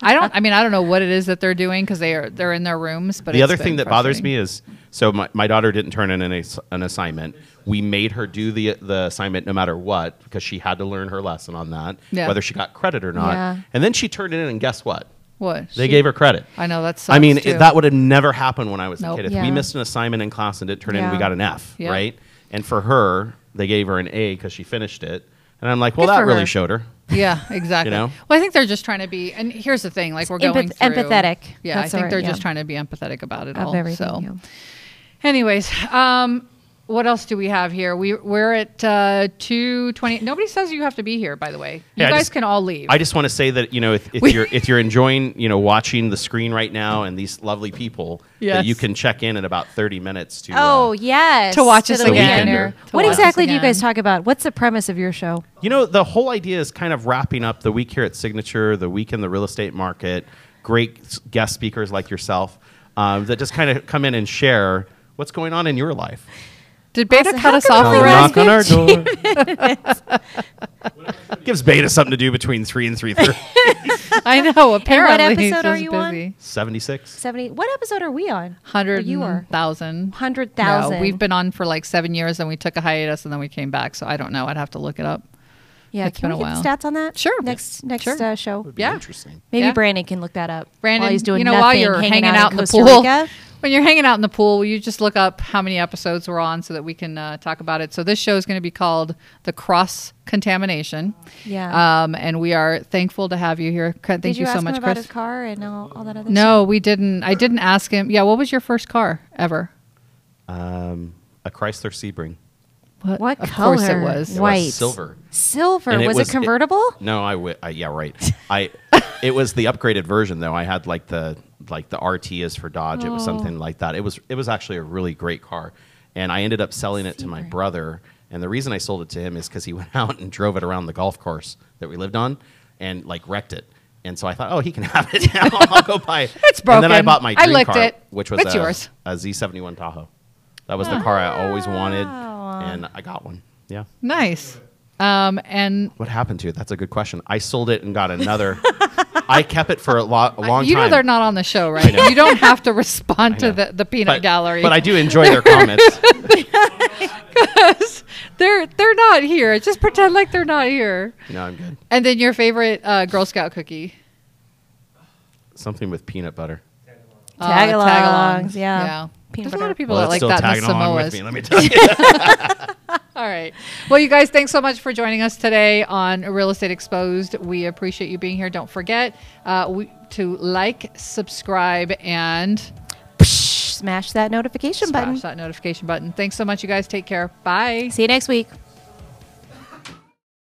Speaker 2: I don't. I mean, I don't know what it is that they're doing because they are they're in their rooms. But
Speaker 4: the
Speaker 2: it's
Speaker 4: other
Speaker 2: been
Speaker 4: thing that bothers
Speaker 2: frustrating.
Speaker 4: me is so my, my daughter didn't turn in an, ass- an assignment. We made her do the the assignment no matter what because she had to learn her lesson on that,
Speaker 2: Yeah.
Speaker 4: whether she got credit or not.
Speaker 3: Yeah.
Speaker 4: And then she turned it in, and guess what?
Speaker 2: what
Speaker 4: They gave her credit.
Speaker 2: I know that's.
Speaker 4: I mean, it, that would have never happened when I was
Speaker 2: Nope.
Speaker 4: a kid. If
Speaker 3: Yeah.
Speaker 4: we missed an assignment in class and didn't turn in,
Speaker 3: Yeah.
Speaker 4: we got an F,
Speaker 2: Yeah.
Speaker 4: right? And for her, they gave her an A because she finished it. And I'm like, well, that
Speaker 2: for
Speaker 4: really
Speaker 2: her.
Speaker 4: showed her.
Speaker 2: Yeah, exactly.
Speaker 4: know?
Speaker 2: Well, I think they're just trying to be. And here's the thing: like we're going
Speaker 3: Empath-
Speaker 2: through-
Speaker 3: empathetic.
Speaker 2: Yeah,
Speaker 3: That's
Speaker 2: I think
Speaker 3: all right,
Speaker 2: they're
Speaker 3: yeah.
Speaker 2: just trying to be empathetic about it
Speaker 3: of
Speaker 2: all.
Speaker 3: everything.
Speaker 2: Oh, so,
Speaker 3: yeah.
Speaker 2: anyways, um, what else do we have here? We we're at uh, two twenty. Nobody says you have to be here. By the way, you
Speaker 4: Yeah, I
Speaker 2: guys
Speaker 4: just-
Speaker 2: can all leave.
Speaker 4: I just want to say that you know if, if
Speaker 2: We-
Speaker 4: you're if you're enjoying you know watching the screen right now and these lovely people
Speaker 2: Yes.
Speaker 4: that you can check in in about 30 minutes to uh,
Speaker 3: Oh yes.
Speaker 2: To watch us
Speaker 3: the
Speaker 2: again.
Speaker 3: Weekender.
Speaker 4: To
Speaker 3: What
Speaker 2: watch us
Speaker 3: exactly do you guys
Speaker 2: again.
Speaker 3: talk about? What's the premise of your show?
Speaker 4: You know, the whole idea is kind of wrapping up the week here at Signature, the week in the real estate market. Great s- guest speakers like yourself um, that just kind of come in and share what's going on in your life.
Speaker 2: Did Beta
Speaker 3: Also,
Speaker 2: cut
Speaker 3: how
Speaker 2: us
Speaker 3: come
Speaker 2: off
Speaker 3: only
Speaker 2: already?
Speaker 3: knock on our
Speaker 4: door. Gives Beta something to do between three and three thirty.
Speaker 2: I know. Apparently,
Speaker 3: episode are you on?
Speaker 4: Seventy-six.
Speaker 3: Seventy. What episode are we on? Or
Speaker 2: Hundred
Speaker 3: You are
Speaker 2: thousand.
Speaker 3: hundred thousand.
Speaker 2: No, we've been on for like seven years, and we took a hiatus, and then we came back. So I don't know. I'd have to look it up.
Speaker 3: Yeah,
Speaker 2: it's
Speaker 3: can
Speaker 2: been
Speaker 3: we
Speaker 2: a
Speaker 3: get
Speaker 2: while.
Speaker 3: the stats on that?
Speaker 2: Sure.
Speaker 3: Next next
Speaker 2: Sure.
Speaker 3: uh, show.
Speaker 4: Be
Speaker 2: Yeah.
Speaker 4: Interesting.
Speaker 3: Maybe
Speaker 2: Yeah.
Speaker 3: Brandon can look that up.
Speaker 2: Brandon,
Speaker 3: while he's doing
Speaker 2: you know,
Speaker 3: nothing,
Speaker 2: while you're hanging, out, in, the
Speaker 3: Costa
Speaker 2: pool,
Speaker 3: Rica.
Speaker 2: when you're hanging out in the pool, you just look up how many episodes we're on so that we can uh, talk about it. So this show is going to be called the Cross Contamination.
Speaker 3: Yeah.
Speaker 2: Um, and we are thankful to have you here. Thank
Speaker 3: Uh, Did you,
Speaker 2: so
Speaker 3: ask
Speaker 2: much,
Speaker 3: him about
Speaker 2: Chris.
Speaker 3: his car and all, all that other stuff?
Speaker 2: no, we didn't. I didn't ask him. Yeah, what was your first car ever?
Speaker 4: Um, a Chrysler Sebring.
Speaker 2: What,
Speaker 3: What
Speaker 2: of
Speaker 3: color?
Speaker 2: course it was.
Speaker 4: It
Speaker 3: White.
Speaker 4: was silver.
Speaker 3: Silver.
Speaker 4: And
Speaker 3: was, it
Speaker 4: it-
Speaker 3: convertible?
Speaker 4: no, I wi- I- yeah, right. I it was the upgraded version though. I had like the like the RT is for Dodge. It was
Speaker 3: Oh.
Speaker 4: something like that. It was it was actually a really great car, and I ended up selling it to my
Speaker 3: Sebring.
Speaker 4: brother. And the reason I sold it to him is because he went out and drove it around the golf course that we lived on, and like wrecked it. And so I thought, oh, he can have it now. I'll go buy it.
Speaker 2: It's
Speaker 4: And then I
Speaker 2: broken.
Speaker 4: bought my
Speaker 2: I
Speaker 4: dream
Speaker 2: licked
Speaker 4: car,
Speaker 2: it.
Speaker 4: which was
Speaker 2: It's
Speaker 4: a,
Speaker 2: yours.
Speaker 4: a Z71 Tahoe. That was the car I always wanted,
Speaker 2: Oh.
Speaker 3: Wow.
Speaker 4: and I got one. Yeah.
Speaker 2: Nice. Um, and
Speaker 4: What happened to it? That's a good question. I sold it and got another. I kept it for a, lo- a long
Speaker 2: you
Speaker 4: time.
Speaker 2: know they're not on the show, right?
Speaker 4: know.
Speaker 2: You don't have to respond to
Speaker 4: know.
Speaker 2: the, the peanut
Speaker 4: but,
Speaker 2: gallery.
Speaker 4: But I do enjoy their comments.
Speaker 2: they're they're not here. Just pretend like they're not here.
Speaker 4: No, I'm good.
Speaker 2: And then your favorite uh, Girl Scout cookie.
Speaker 4: Something with peanut butter.
Speaker 2: Uh,
Speaker 3: Tagalongs, yeah.
Speaker 2: There's
Speaker 3: Peanut
Speaker 2: a lot
Speaker 3: butter.
Speaker 2: of people
Speaker 4: Well,
Speaker 2: that
Speaker 4: it's
Speaker 2: like
Speaker 4: still
Speaker 2: that in
Speaker 4: tagging
Speaker 2: the
Speaker 4: along with
Speaker 2: Samoas.
Speaker 4: me. Let me tell you.
Speaker 2: All right. Well, you guys, thanks so much for joining us today on Real Estate Exposed. We appreciate you being here. Don't forget uh, we, to like, subscribe, and
Speaker 3: Psh, smash that notification
Speaker 2: smash
Speaker 3: button.
Speaker 2: that notification button. Thanks so much, you guys. Take care. Bye.
Speaker 3: See you next week.